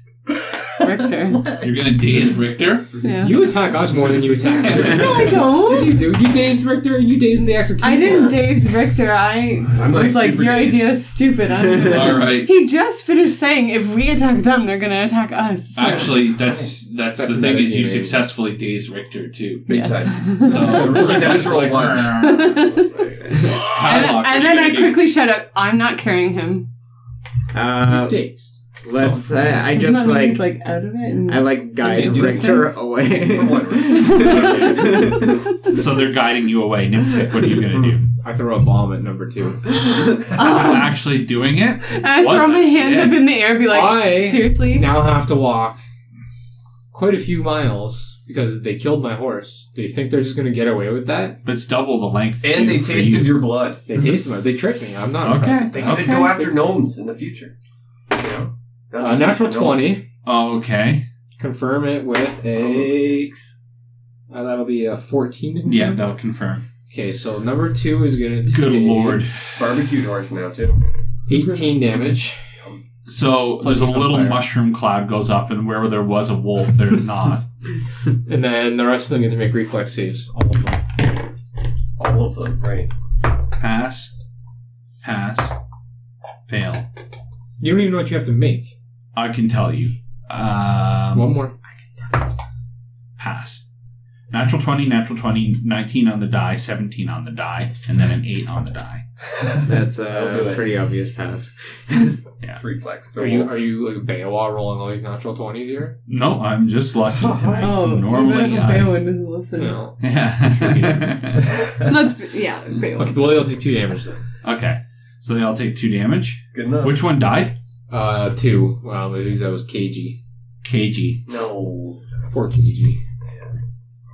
Speaker 3: Richter.
Speaker 1: You're going to daze Richter.
Speaker 3: Yeah.
Speaker 4: You attack us more than you attack. them.
Speaker 3: no, I
Speaker 4: Yes,
Speaker 3: don't.
Speaker 4: you do. You dazed Richter and you dazed the executioner.
Speaker 3: I didn't daze Richter. I
Speaker 2: I'm
Speaker 3: was like, your idea is stupid. I'm gonna-"
Speaker 1: All right.
Speaker 3: he just finished saying if we attack them, they're gonna attack us. So-
Speaker 1: Actually, that's that's,
Speaker 4: That's
Speaker 1: the thing is you
Speaker 4: metagaming.
Speaker 1: successfully dazed Richter too.
Speaker 2: Big
Speaker 3: Yes.
Speaker 2: time.
Speaker 1: So
Speaker 2: A really natural
Speaker 1: It's
Speaker 2: one.
Speaker 3: and,
Speaker 1: Hylock,
Speaker 3: and
Speaker 1: what are
Speaker 3: then
Speaker 1: you
Speaker 3: I
Speaker 1: gonna do?
Speaker 3: quickly shut up. I'm not carrying him.
Speaker 5: uh,
Speaker 4: dazed.
Speaker 5: let's. I, I
Speaker 3: Isn't
Speaker 5: just
Speaker 3: that when
Speaker 5: like.
Speaker 3: he's like out of it. And
Speaker 5: I like guide
Speaker 3: Did
Speaker 2: you do
Speaker 5: Richter
Speaker 3: things?
Speaker 5: away.
Speaker 2: From one
Speaker 1: So they're guiding you away. Nimtik, what are you going to do?
Speaker 4: I throw a bomb at number two.
Speaker 1: Is
Speaker 3: oh,
Speaker 1: actually doing it?
Speaker 3: and I
Speaker 1: What
Speaker 3: throw my
Speaker 1: the
Speaker 3: hands
Speaker 1: heck?
Speaker 3: up in the air, and be like,
Speaker 4: I-
Speaker 3: seriously.
Speaker 4: Now have to walk quite a few miles because they killed my horse. They think they're just going to get away with that.
Speaker 1: That's double the length.
Speaker 2: And they
Speaker 1: too, for
Speaker 2: tasted
Speaker 1: you.
Speaker 2: your blood.
Speaker 4: They tasted my. They tricked me. I'm not impressed.
Speaker 1: Mm-hmm. Okay.
Speaker 2: They could
Speaker 1: okay.
Speaker 2: go after gnomes in the future. You know? Not
Speaker 4: Uh,
Speaker 2: the
Speaker 4: natural
Speaker 2: taste of gnome.
Speaker 4: twenty.
Speaker 1: Oh, okay.
Speaker 4: Confirm it with a. Uh, that'll be a fourteen. to confirm.
Speaker 1: Yeah, that'll confirm.
Speaker 4: Okay, so number two is going to.
Speaker 1: Good lord.
Speaker 2: Barbecued horse now too.
Speaker 4: Eighteen damage.
Speaker 1: So
Speaker 4: Plus
Speaker 1: there's
Speaker 4: he's
Speaker 1: a
Speaker 4: on
Speaker 1: little
Speaker 4: fire.
Speaker 1: mushroom cloud goes up, and where there was a wolf, there's not.
Speaker 4: And then the rest of them get to make reflex saves. All of them.
Speaker 2: All of them, right?
Speaker 1: pass, pass, fail.
Speaker 4: You don't even know what you have to make.
Speaker 1: I can tell you.
Speaker 4: One
Speaker 1: Um,
Speaker 4: more.
Speaker 1: pass. Natural 20, natural 20, 19 on the die, 17 on the die, and then an 8 on the die.
Speaker 5: That's
Speaker 4: Uh,
Speaker 1: uh,
Speaker 2: I'll do
Speaker 5: a
Speaker 2: it.
Speaker 5: pretty obvious pass.
Speaker 2: It's reflex. They're
Speaker 4: Are you
Speaker 2: wolves.
Speaker 4: are you like Beowulf rolling all these natural twenties here?
Speaker 1: No, I'm just lucky tonight.
Speaker 3: Oh,
Speaker 1: Normally,
Speaker 3: even if
Speaker 1: I...
Speaker 3: Beowulf doesn't listen.
Speaker 4: No.
Speaker 1: Yeah.
Speaker 3: Let's be, yeah, Beowulf.
Speaker 4: Okay, well, they'll take two damage then.
Speaker 1: okay. So they all take 2 damage.
Speaker 2: Good enough.
Speaker 1: Which one died?
Speaker 4: Uh, two. Well, maybe that was KG.
Speaker 1: KG.
Speaker 2: No.
Speaker 4: Poor KG.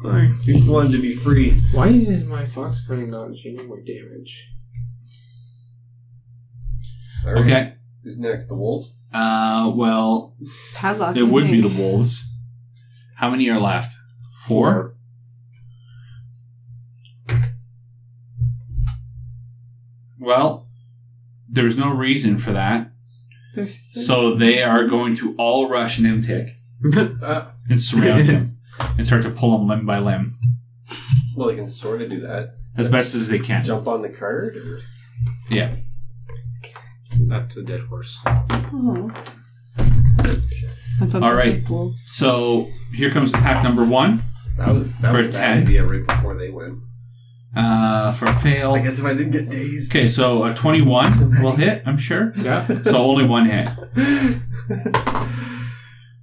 Speaker 2: You just wanted to be free.
Speaker 4: Why is my fox cutting not doing more damage?
Speaker 2: All right.
Speaker 1: Okay.
Speaker 2: Who's next? The wolves?
Speaker 1: Uh, well,
Speaker 3: Padlock.
Speaker 1: It
Speaker 3: I
Speaker 1: would be the
Speaker 3: think.
Speaker 1: wolves. How many are left? Four. Well, there's no reason for that.
Speaker 3: They're so-
Speaker 1: So they are going to all rush Nimtik
Speaker 2: Uh,
Speaker 1: and surround him and start to pull him limb by limb
Speaker 2: well, they can sort of do that.
Speaker 1: as best as they can.
Speaker 2: Jump on the card? Or...
Speaker 1: Yeah.
Speaker 4: That's a dead horse.
Speaker 3: Oh. I
Speaker 1: All
Speaker 3: thought those
Speaker 1: right.
Speaker 3: were wolves.
Speaker 1: So here comes attack number one
Speaker 2: That was, that
Speaker 1: For
Speaker 2: was a bad
Speaker 1: 10.
Speaker 2: idea right before they went.
Speaker 1: uh, for a
Speaker 2: I
Speaker 1: fail.
Speaker 2: guess if I didn't get dazed.
Speaker 1: Okay, so a 21 will hit, I'm sure.
Speaker 4: Yeah.
Speaker 1: So only one hit.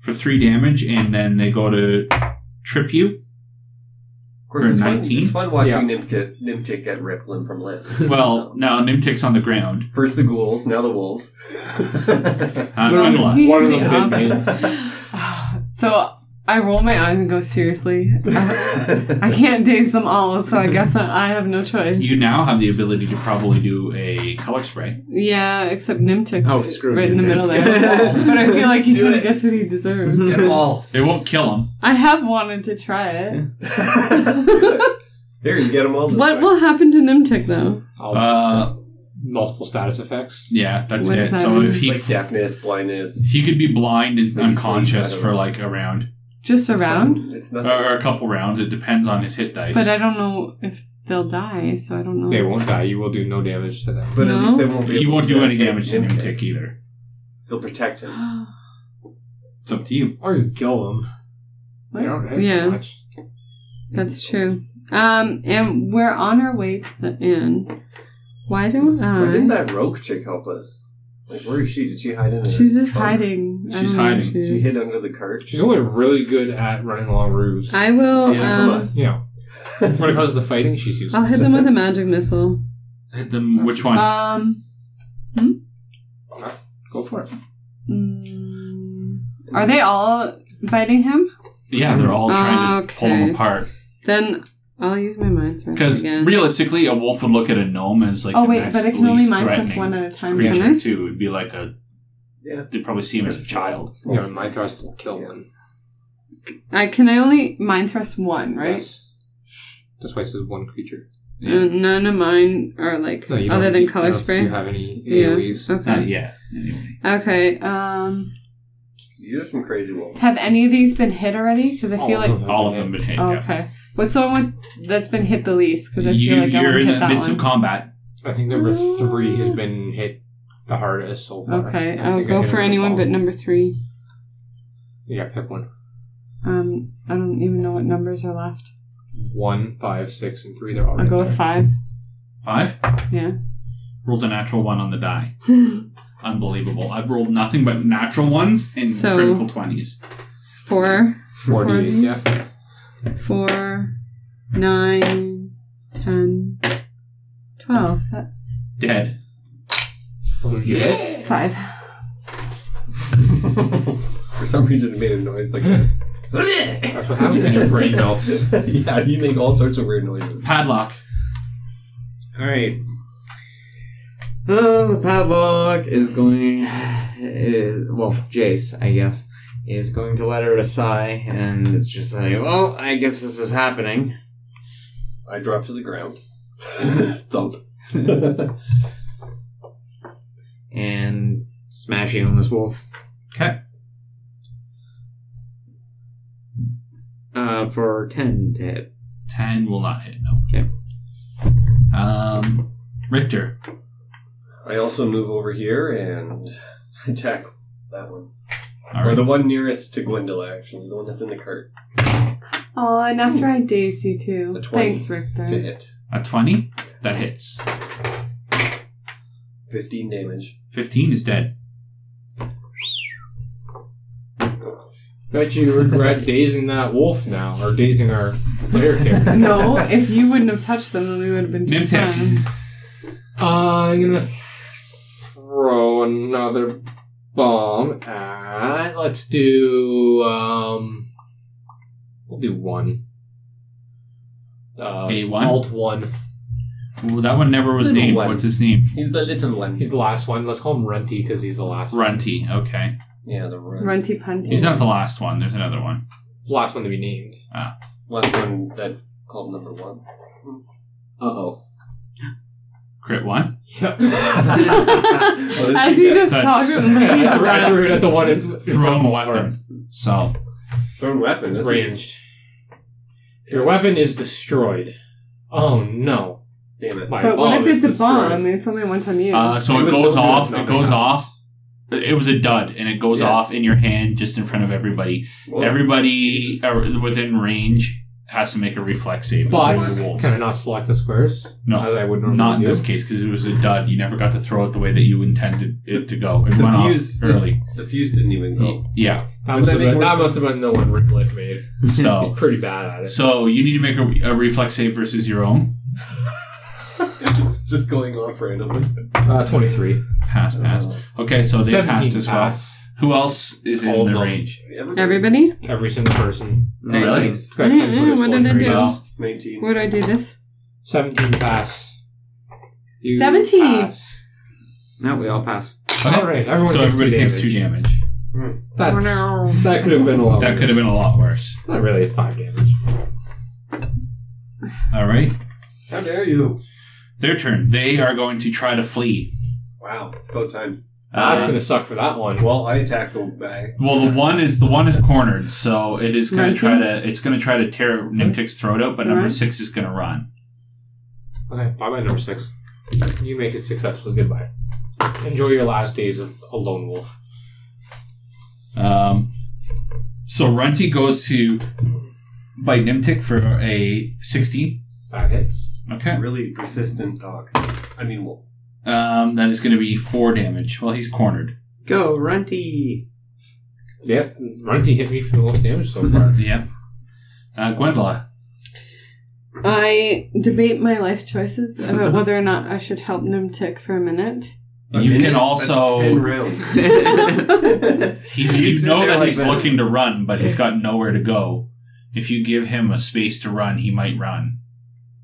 Speaker 1: for three damage, and then they go to trip you.
Speaker 2: course,
Speaker 1: For
Speaker 2: it's fun,
Speaker 1: 19?
Speaker 2: it's fun watching Nimkit, Nimkit get ripped limb from limb.
Speaker 1: Well, now Nimtik's on the ground. Uh,
Speaker 2: First the ghouls, now the wolves.
Speaker 1: I'm,
Speaker 4: They're
Speaker 1: I'm
Speaker 4: all-
Speaker 1: lying.
Speaker 4: One of
Speaker 3: He's the
Speaker 4: them bit me.
Speaker 3: so I roll my eyes and go, seriously? I can't daze them all, so I guess I I have no choice.
Speaker 1: You now have the ability to probably do a color spray.
Speaker 3: yeah, except Nimtic's
Speaker 5: Oh, screw
Speaker 3: right in the middle
Speaker 5: Nimtic.
Speaker 3: there. but I feel like he
Speaker 2: Do
Speaker 3: kind of
Speaker 2: it. Mm-hmm.
Speaker 3: gets what he deserves.
Speaker 2: Get all.
Speaker 1: It won't kill him.
Speaker 3: I have wanted to try it.
Speaker 2: Here, you get them all. this
Speaker 3: What
Speaker 2: way.
Speaker 3: will happen to Nimtic, though?
Speaker 4: I'll-
Speaker 1: Uh,
Speaker 4: multiple status effects.
Speaker 1: yeah, that's
Speaker 3: What
Speaker 1: it.
Speaker 3: does that
Speaker 1: So
Speaker 3: mean?
Speaker 1: if he
Speaker 2: like deafness, blindness.
Speaker 1: he could be blind and
Speaker 2: Maybe sleep, I
Speaker 1: unconscious
Speaker 2: don't
Speaker 1: for
Speaker 2: know.
Speaker 1: like a round
Speaker 3: Just
Speaker 2: It's
Speaker 3: around?
Speaker 2: fun. It's
Speaker 1: or,
Speaker 2: nothing.
Speaker 1: or a couple rounds. It depends on his hit dice.
Speaker 3: But I don't know if they'll die, so I don't know.
Speaker 4: They won't die. You will do no damage to them.
Speaker 2: but at least
Speaker 3: No.
Speaker 2: they won't be.
Speaker 1: you
Speaker 2: able
Speaker 1: won't
Speaker 2: to
Speaker 1: do any damage to
Speaker 2: hit
Speaker 1: Nimtik either.
Speaker 2: They'll protect him.
Speaker 1: It's up to you.
Speaker 4: Or you kill them. They don't hit
Speaker 3: yeah,
Speaker 4: much.
Speaker 3: that's true. Um, and we're on our way to the inn. Why don't I?
Speaker 2: Why didn't that rogue chick help us? Like, where is she? Did she hide in? a-
Speaker 3: She's just
Speaker 2: Oh,
Speaker 3: hiding. I
Speaker 1: She's
Speaker 3: don't know where
Speaker 1: hiding.
Speaker 3: she
Speaker 2: She
Speaker 3: is.
Speaker 2: hid under the cart.
Speaker 4: She's only really good at running along roofs.
Speaker 3: I will.
Speaker 2: Yeah, come
Speaker 3: um,
Speaker 2: on.
Speaker 4: you know, when it comes to fighting, she's useless.
Speaker 3: I'll hit them with a magic missile.
Speaker 1: Hit them. Which one?
Speaker 3: Um,
Speaker 4: Go for it.
Speaker 3: mm, are they all biting him?
Speaker 1: yeah, they're all trying to pull him
Speaker 3: uh, Okay.
Speaker 1: apart.
Speaker 3: Then I'll use my mind thrust
Speaker 1: Because
Speaker 3: again.
Speaker 1: realistically, a wolf would look at a gnome as like
Speaker 3: oh
Speaker 1: the
Speaker 3: wait,
Speaker 1: next
Speaker 3: but I can only
Speaker 1: least
Speaker 3: mind thrust
Speaker 1: threatening
Speaker 3: one at a time,
Speaker 1: creature
Speaker 3: can I? mm-hmm.
Speaker 1: too. It'd be like a.
Speaker 2: Yeah.
Speaker 1: They'd probably see him as a child.
Speaker 4: You know, my thrust will kill one.
Speaker 3: I can I only mind thrust one, right?
Speaker 4: Yes. That's why it says one creature.
Speaker 3: Uh, none of mine are like
Speaker 4: No, you
Speaker 3: other
Speaker 4: don't-
Speaker 3: than
Speaker 4: you
Speaker 3: color
Speaker 4: don't-
Speaker 3: spray.
Speaker 4: You have any
Speaker 3: Yeah.
Speaker 4: AoEs?
Speaker 1: Not
Speaker 3: Okay.
Speaker 1: yet. Uh, Anyway.
Speaker 3: Okay. Um,
Speaker 2: These are some crazy wolves.
Speaker 3: have any of these been hit already? Because I feel like
Speaker 1: All of them been hit.
Speaker 3: oh,
Speaker 1: yeah.
Speaker 3: okay. What's the one with, that's been hit the least? Because I
Speaker 1: You,
Speaker 3: feel like I
Speaker 1: you're
Speaker 3: want to
Speaker 1: in
Speaker 3: hit
Speaker 1: the midst
Speaker 3: that
Speaker 1: of
Speaker 3: one.
Speaker 1: combat.
Speaker 4: I think number three has been hit the hardest so far.
Speaker 3: Okay,
Speaker 4: I
Speaker 3: I'll
Speaker 4: think I
Speaker 3: go
Speaker 4: hit
Speaker 3: for
Speaker 4: it with
Speaker 3: anyone
Speaker 4: all.
Speaker 3: but number three.
Speaker 4: Yeah, pick one.
Speaker 3: Um, I don't even know what numbers are left.
Speaker 4: One, five, six, and three. They're all
Speaker 3: I'll
Speaker 4: right
Speaker 3: go
Speaker 4: there.
Speaker 3: with five.
Speaker 1: Five
Speaker 3: Yeah.
Speaker 1: rolls a natural one on the die. Unbelievable. I've rolled nothing but natural ones and
Speaker 3: So-
Speaker 1: critical twenties.
Speaker 3: Four,
Speaker 4: Four
Speaker 3: Four
Speaker 4: D,
Speaker 3: Ds.
Speaker 4: yeah.
Speaker 3: four, nine, ten, twelve. That-
Speaker 1: Dead.
Speaker 4: Oh, yeah.
Speaker 3: Five.
Speaker 2: For some reason, it made a noise like. a-
Speaker 4: That's what happens when your brain melts.
Speaker 2: yeah, you make all sorts of weird noises.
Speaker 1: Padlock.
Speaker 5: All right. Uh, the padlock is going. Is, well, Jace, I guess, is going to let out a sigh, and it's just like, well, I guess this is happening.
Speaker 2: I drop to the ground. Thump. Wait,
Speaker 5: And smashing on this wolf.
Speaker 1: Okay.
Speaker 5: Uh, for 10 to hit.
Speaker 1: Ten will not hit. No.
Speaker 5: Okay.
Speaker 1: Um, Richter.
Speaker 2: I also move over here and attack that one.
Speaker 1: All
Speaker 2: Or
Speaker 1: right.
Speaker 2: the one nearest to Gwendola, actually. The one that's in the cart.
Speaker 3: Oh, and after I dazed you too.
Speaker 2: A 20.
Speaker 3: Thanks,
Speaker 2: To
Speaker 3: Richter.
Speaker 2: hit.
Speaker 1: A twenty that hits.
Speaker 2: 15 damage.
Speaker 1: Fifteen is dead.
Speaker 4: Bet you regret dazing that wolf now, or dazing our player character.
Speaker 3: no, if you wouldn't have touched them, then we would have been just
Speaker 1: Nimtek.
Speaker 3: fine.
Speaker 4: Uh, I'm gonna throw another bomb at. Let's do. Um, we'll do one. Uh,
Speaker 1: A one?
Speaker 4: Alt one.
Speaker 1: Ooh, that one never was
Speaker 2: Little
Speaker 1: named.
Speaker 2: one.
Speaker 1: What's his name?
Speaker 2: He's the little one.
Speaker 4: He's the last one. Let's call him Runty because he's the last. One.
Speaker 1: Runty. Okay.
Speaker 2: yeah, the run.
Speaker 3: Runty punty.
Speaker 1: He's not the last one. There's another one.
Speaker 4: Last one to be named.
Speaker 2: Last one that's called number one.
Speaker 4: Uh oh.
Speaker 1: Crit one.
Speaker 4: Yep.
Speaker 2: is
Speaker 3: As
Speaker 2: he
Speaker 3: you just
Speaker 1: That's-
Speaker 3: talk, he's
Speaker 4: That's right.
Speaker 3: run.
Speaker 4: We're at the one in
Speaker 1: Thrown weapon. So
Speaker 2: Thrown weapon.
Speaker 4: It's
Speaker 2: That's
Speaker 4: ranged. Your weapon is destroyed. Oh no!
Speaker 2: Damn it.
Speaker 4: My
Speaker 3: But what if
Speaker 4: oh, is
Speaker 3: it's a
Speaker 4: destroyed.
Speaker 3: bomb? It's only one time use.
Speaker 1: Uh, so
Speaker 2: It
Speaker 1: it,
Speaker 2: was
Speaker 1: goes
Speaker 2: a little
Speaker 1: off.
Speaker 4: nothing
Speaker 1: It goes
Speaker 4: else.
Speaker 1: off. It was a dud, and it goes
Speaker 2: Yeah.
Speaker 1: off in your hand, just in front of everybody.
Speaker 2: Well,
Speaker 1: everybody
Speaker 2: Jesus.
Speaker 1: uh, within range has to make a reflex save.
Speaker 4: But
Speaker 1: against the wolf.
Speaker 4: can I not select the squares? as
Speaker 1: no,
Speaker 4: I would normally
Speaker 1: not in
Speaker 4: do.
Speaker 1: this case because it was a dud. You never got to throw it the way that you intended it to go. It
Speaker 2: The
Speaker 1: went
Speaker 2: fuse-
Speaker 1: off early.
Speaker 2: The fuse didn't even go.
Speaker 1: Yeah,
Speaker 4: That
Speaker 2: Which
Speaker 4: must,
Speaker 2: I
Speaker 4: have
Speaker 2: think
Speaker 4: been,
Speaker 2: more
Speaker 4: that must
Speaker 2: sense.
Speaker 4: have been the one Riblick made. He's
Speaker 1: So,
Speaker 4: pretty bad at it.
Speaker 1: so you need to make a, a reflex save versus your own.
Speaker 2: it's just going off randomly.
Speaker 4: Uh, 23.
Speaker 1: Pass,
Speaker 2: Uh,
Speaker 1: pass. Okay, so they
Speaker 4: 17
Speaker 1: passed as well.
Speaker 4: pass.
Speaker 1: Who else is
Speaker 4: All
Speaker 1: in
Speaker 4: of
Speaker 1: the
Speaker 4: them.
Speaker 1: range?
Speaker 3: Everybody?
Speaker 4: Every single person.
Speaker 1: Really?
Speaker 4: It's got 10
Speaker 3: Mm,
Speaker 4: foot
Speaker 3: mm, what did I
Speaker 4: explosion
Speaker 3: do?
Speaker 4: radius.
Speaker 1: Well,
Speaker 2: 19.
Speaker 3: Where do I do this?
Speaker 4: 17 pass. You
Speaker 3: 17.
Speaker 4: pass.
Speaker 5: No, we all pass.
Speaker 4: All
Speaker 1: okay.
Speaker 4: right, everyone
Speaker 1: So
Speaker 4: takes
Speaker 1: everybody
Speaker 4: two
Speaker 1: takes two damage.
Speaker 4: That's,
Speaker 3: Oh, no.
Speaker 4: that could have been a lot.
Speaker 1: That could have been a lot worse.
Speaker 4: been. Not really, it's five damage.
Speaker 1: All right.
Speaker 2: How dare you?
Speaker 1: Their turn. They are going to try to flee.
Speaker 2: Wow, it's about time.
Speaker 4: That's
Speaker 1: Uh,
Speaker 4: going to suck for that one.
Speaker 2: Well, I attacked the guy.
Speaker 1: well, the one is the one is cornered, so it is going to
Speaker 3: Nineteen?
Speaker 1: try to it's going to try to tear Nimtic's throat out, but number
Speaker 3: Right.
Speaker 1: six is going to run.
Speaker 4: Okay, bye bye, number six. You make it successful. Goodbye. Enjoy your last days of a lone wolf.
Speaker 1: Um, so Runty goes to bite Nimtic for a sixteen.
Speaker 4: That hits.
Speaker 1: Okay,
Speaker 2: Really persistent dog. I mean, wolf.
Speaker 1: um, that is going to be four damage. Well, he's cornered.
Speaker 5: Go, Runty.
Speaker 4: Yeah, Runty hit me for the most damage so far.
Speaker 1: Yeah. Uh, Gwendola.
Speaker 3: I debate my life choices about whether or not I should help Nimtic for a minute.
Speaker 1: you
Speaker 2: A minute?
Speaker 1: can
Speaker 2: That's
Speaker 1: also
Speaker 2: ten rounds.
Speaker 1: He,
Speaker 2: You
Speaker 1: you
Speaker 2: sit
Speaker 1: know
Speaker 2: there
Speaker 1: that
Speaker 2: like
Speaker 1: he's
Speaker 2: this.
Speaker 1: looking to run, but he's got nowhere to go. If you give him a space to run, he might run.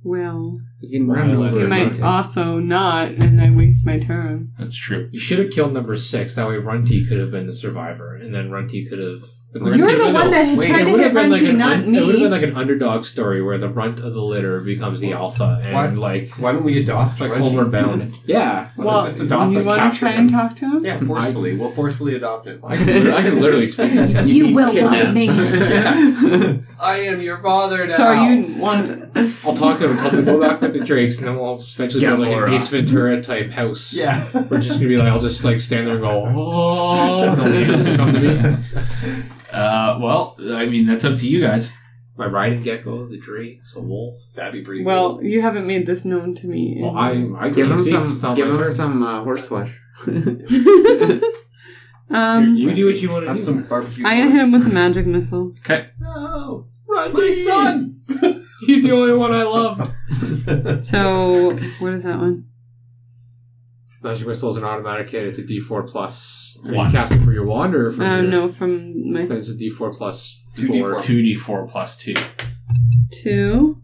Speaker 3: well,
Speaker 5: You can
Speaker 4: Well,
Speaker 5: run
Speaker 4: I'll let
Speaker 5: over.
Speaker 3: you
Speaker 4: Or
Speaker 3: might
Speaker 5: Runty.
Speaker 3: also not, and I waste my turn.
Speaker 1: That's true.
Speaker 4: You should have killed number six. That way, Runty could have been the survivor, and then Runty could have.
Speaker 2: You're
Speaker 3: You're
Speaker 2: Runty's
Speaker 3: the
Speaker 2: a-
Speaker 3: one that had
Speaker 2: wait,
Speaker 4: "Oh,
Speaker 3: tried
Speaker 4: it
Speaker 3: to
Speaker 4: would
Speaker 3: hit
Speaker 4: have been like
Speaker 3: Runty,
Speaker 4: an
Speaker 3: not
Speaker 4: un- it would have
Speaker 3: me.
Speaker 4: been like an underdog story where the runt of the litter becomes the alpha and
Speaker 2: What?
Speaker 4: like
Speaker 2: Why don't we adopt
Speaker 4: like
Speaker 2: Runty?
Speaker 4: homeward bound. yeah,
Speaker 2: Let's
Speaker 3: Well,
Speaker 2: just adopt
Speaker 3: you
Speaker 2: this
Speaker 3: want to
Speaker 4: capture
Speaker 3: try and
Speaker 4: him.
Speaker 3: talk to him?
Speaker 2: Yeah, forcefully. we'll forcefully adopt him.
Speaker 4: I could, lit- I could literally speak. to
Speaker 3: You
Speaker 4: You'd be
Speaker 3: will love
Speaker 4: kidnapped.
Speaker 3: me.
Speaker 5: Yeah.
Speaker 2: I am your father now.
Speaker 3: So are you one?
Speaker 4: I'll talk to him until we go back with the drakes, and then we'll eventually
Speaker 5: Get
Speaker 4: build like
Speaker 5: Laura.
Speaker 4: an Ace Ventura type house.
Speaker 2: Yeah.
Speaker 4: We're just gonna be like, I'll just like stand there and go, oh, and the aliens will come to me.
Speaker 1: Uh, well, I mean, that's up to you guys.
Speaker 4: My riding gecko, the drakes, a wolf.
Speaker 2: That'd be pretty
Speaker 3: Well, you haven't made this known to me.
Speaker 4: Well, I, I
Speaker 5: give
Speaker 4: can't
Speaker 5: him
Speaker 4: speak. It's
Speaker 5: some.
Speaker 4: not
Speaker 5: Give
Speaker 4: my
Speaker 5: him
Speaker 4: turn.
Speaker 5: some uh, horseflesh.
Speaker 3: um,
Speaker 4: You do what you want
Speaker 2: cool.
Speaker 4: to
Speaker 2: Have
Speaker 4: do.
Speaker 2: some barbecue.
Speaker 3: I'm gonna hit him
Speaker 2: boys.
Speaker 3: with a magic missile.
Speaker 2: No! Run, my son!
Speaker 4: He's the only one I loved.
Speaker 3: So what is that one?
Speaker 4: Magic missile is an automatic hit. It's a D4 plus. Are
Speaker 1: One.
Speaker 4: you casting for your wand or for
Speaker 3: Uh,
Speaker 4: your?
Speaker 3: no, from my
Speaker 4: Then it's a D4 plus
Speaker 2: Two
Speaker 4: four.
Speaker 2: D4.
Speaker 1: 2d4 plus 2.
Speaker 3: two,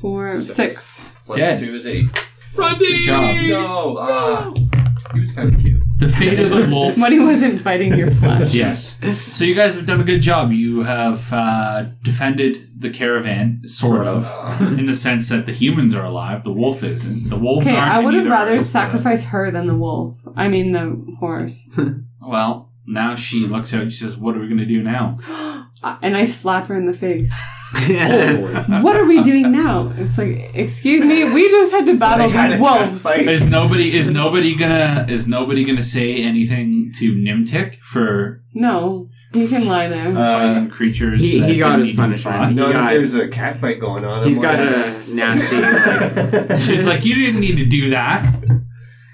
Speaker 3: four,
Speaker 4: Six.
Speaker 3: six.
Speaker 2: Plus
Speaker 1: Dead.
Speaker 2: two is eight.
Speaker 4: Runty!
Speaker 1: Good job.
Speaker 2: No! Ah! He was kind of cute.
Speaker 1: The fate of the wolf.
Speaker 3: But he wasn't biting your flesh.
Speaker 1: Yes. So you guys have done a good job. You have uh, defended the caravan, sort of, in the sense that the humans are alive, the wolf isn't. The wolves
Speaker 3: Okay,
Speaker 1: aren't.
Speaker 3: I
Speaker 1: and
Speaker 3: would have
Speaker 1: neither
Speaker 3: rather
Speaker 1: is the- uh,
Speaker 3: sacrificed her than the wolf. I mean, the horse.
Speaker 1: Well, now she looks out and she says, What are we going to do now?
Speaker 3: Uh, and I slap her in the face.
Speaker 4: Oh,
Speaker 3: What are we doing now? It's like, excuse me, we just had to
Speaker 2: So
Speaker 3: battle
Speaker 2: they had
Speaker 3: these
Speaker 2: a
Speaker 3: wolves.
Speaker 2: catfight.
Speaker 1: Is nobody is nobody gonna is nobody gonna say anything to Nimtic for
Speaker 3: No, you can lie there.
Speaker 1: fighting creatures?
Speaker 5: Uh, he-
Speaker 1: that
Speaker 5: he got
Speaker 1: didn't
Speaker 5: his
Speaker 1: even
Speaker 5: punishment.
Speaker 1: fight?
Speaker 2: No,
Speaker 5: He got-
Speaker 2: there's a cat fight going on. I'm
Speaker 5: He's got
Speaker 2: like-
Speaker 5: a nasty. Like,
Speaker 1: She's like, you didn't need to do that.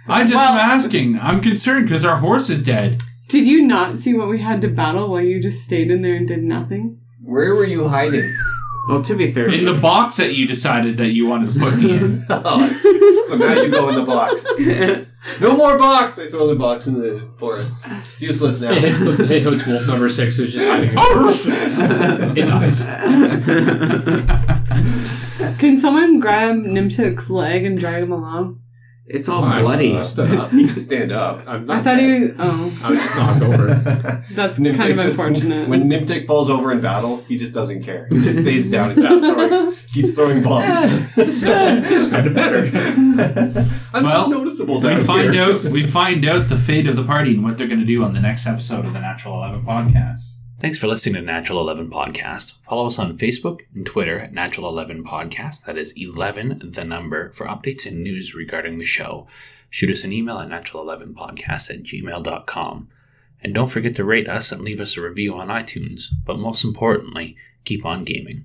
Speaker 1: I just
Speaker 3: Well-
Speaker 1: am asking. I'm concerned because our horse is dead.
Speaker 3: Did you not see what we had to battle while you just stayed in there and did nothing?
Speaker 2: Where were you hiding?
Speaker 5: well, to be fair,
Speaker 1: In the box that you decided that you wanted to put me in.
Speaker 2: Oh, so now you go in the box. No more box! I throw the box in the forest. It's useless now.
Speaker 4: It hits, the, it hits wolf number six, who's just hiding.
Speaker 2: Oh,
Speaker 4: it dies.
Speaker 3: Can someone grab Nimtic's leg and drag him along?
Speaker 5: it's all
Speaker 4: I
Speaker 5: Oh, bloody.
Speaker 4: stood up.
Speaker 2: You can stand up.
Speaker 4: I'm not
Speaker 3: I thought
Speaker 4: dead.
Speaker 3: he was. Oh,
Speaker 4: I was just knocked over.
Speaker 3: that's
Speaker 2: Nimtik
Speaker 3: kind of
Speaker 2: just-
Speaker 3: unfortunate.
Speaker 2: When Nimtik falls over in battle, he just doesn't care. He just stays down and keeps throwing, keeps throwing bombs.
Speaker 4: This is kind of better.
Speaker 2: I'm
Speaker 1: Well,
Speaker 2: just noticeable down
Speaker 1: We find
Speaker 2: here.
Speaker 1: out we find out the fate of the party and what they're going to do on the next episode of the Natural Eleven podcast.
Speaker 6: Thanks for listening to Natural 11 Podcast. Follow us on Facebook and Twitter at Natural 11 Podcast. That is 11 the number for updates and news regarding the show. Shoot us an email at natural11podcast at gmail.com. And don't forget to rate us and leave us a review on iTunes. But most importantly, keep on gaming.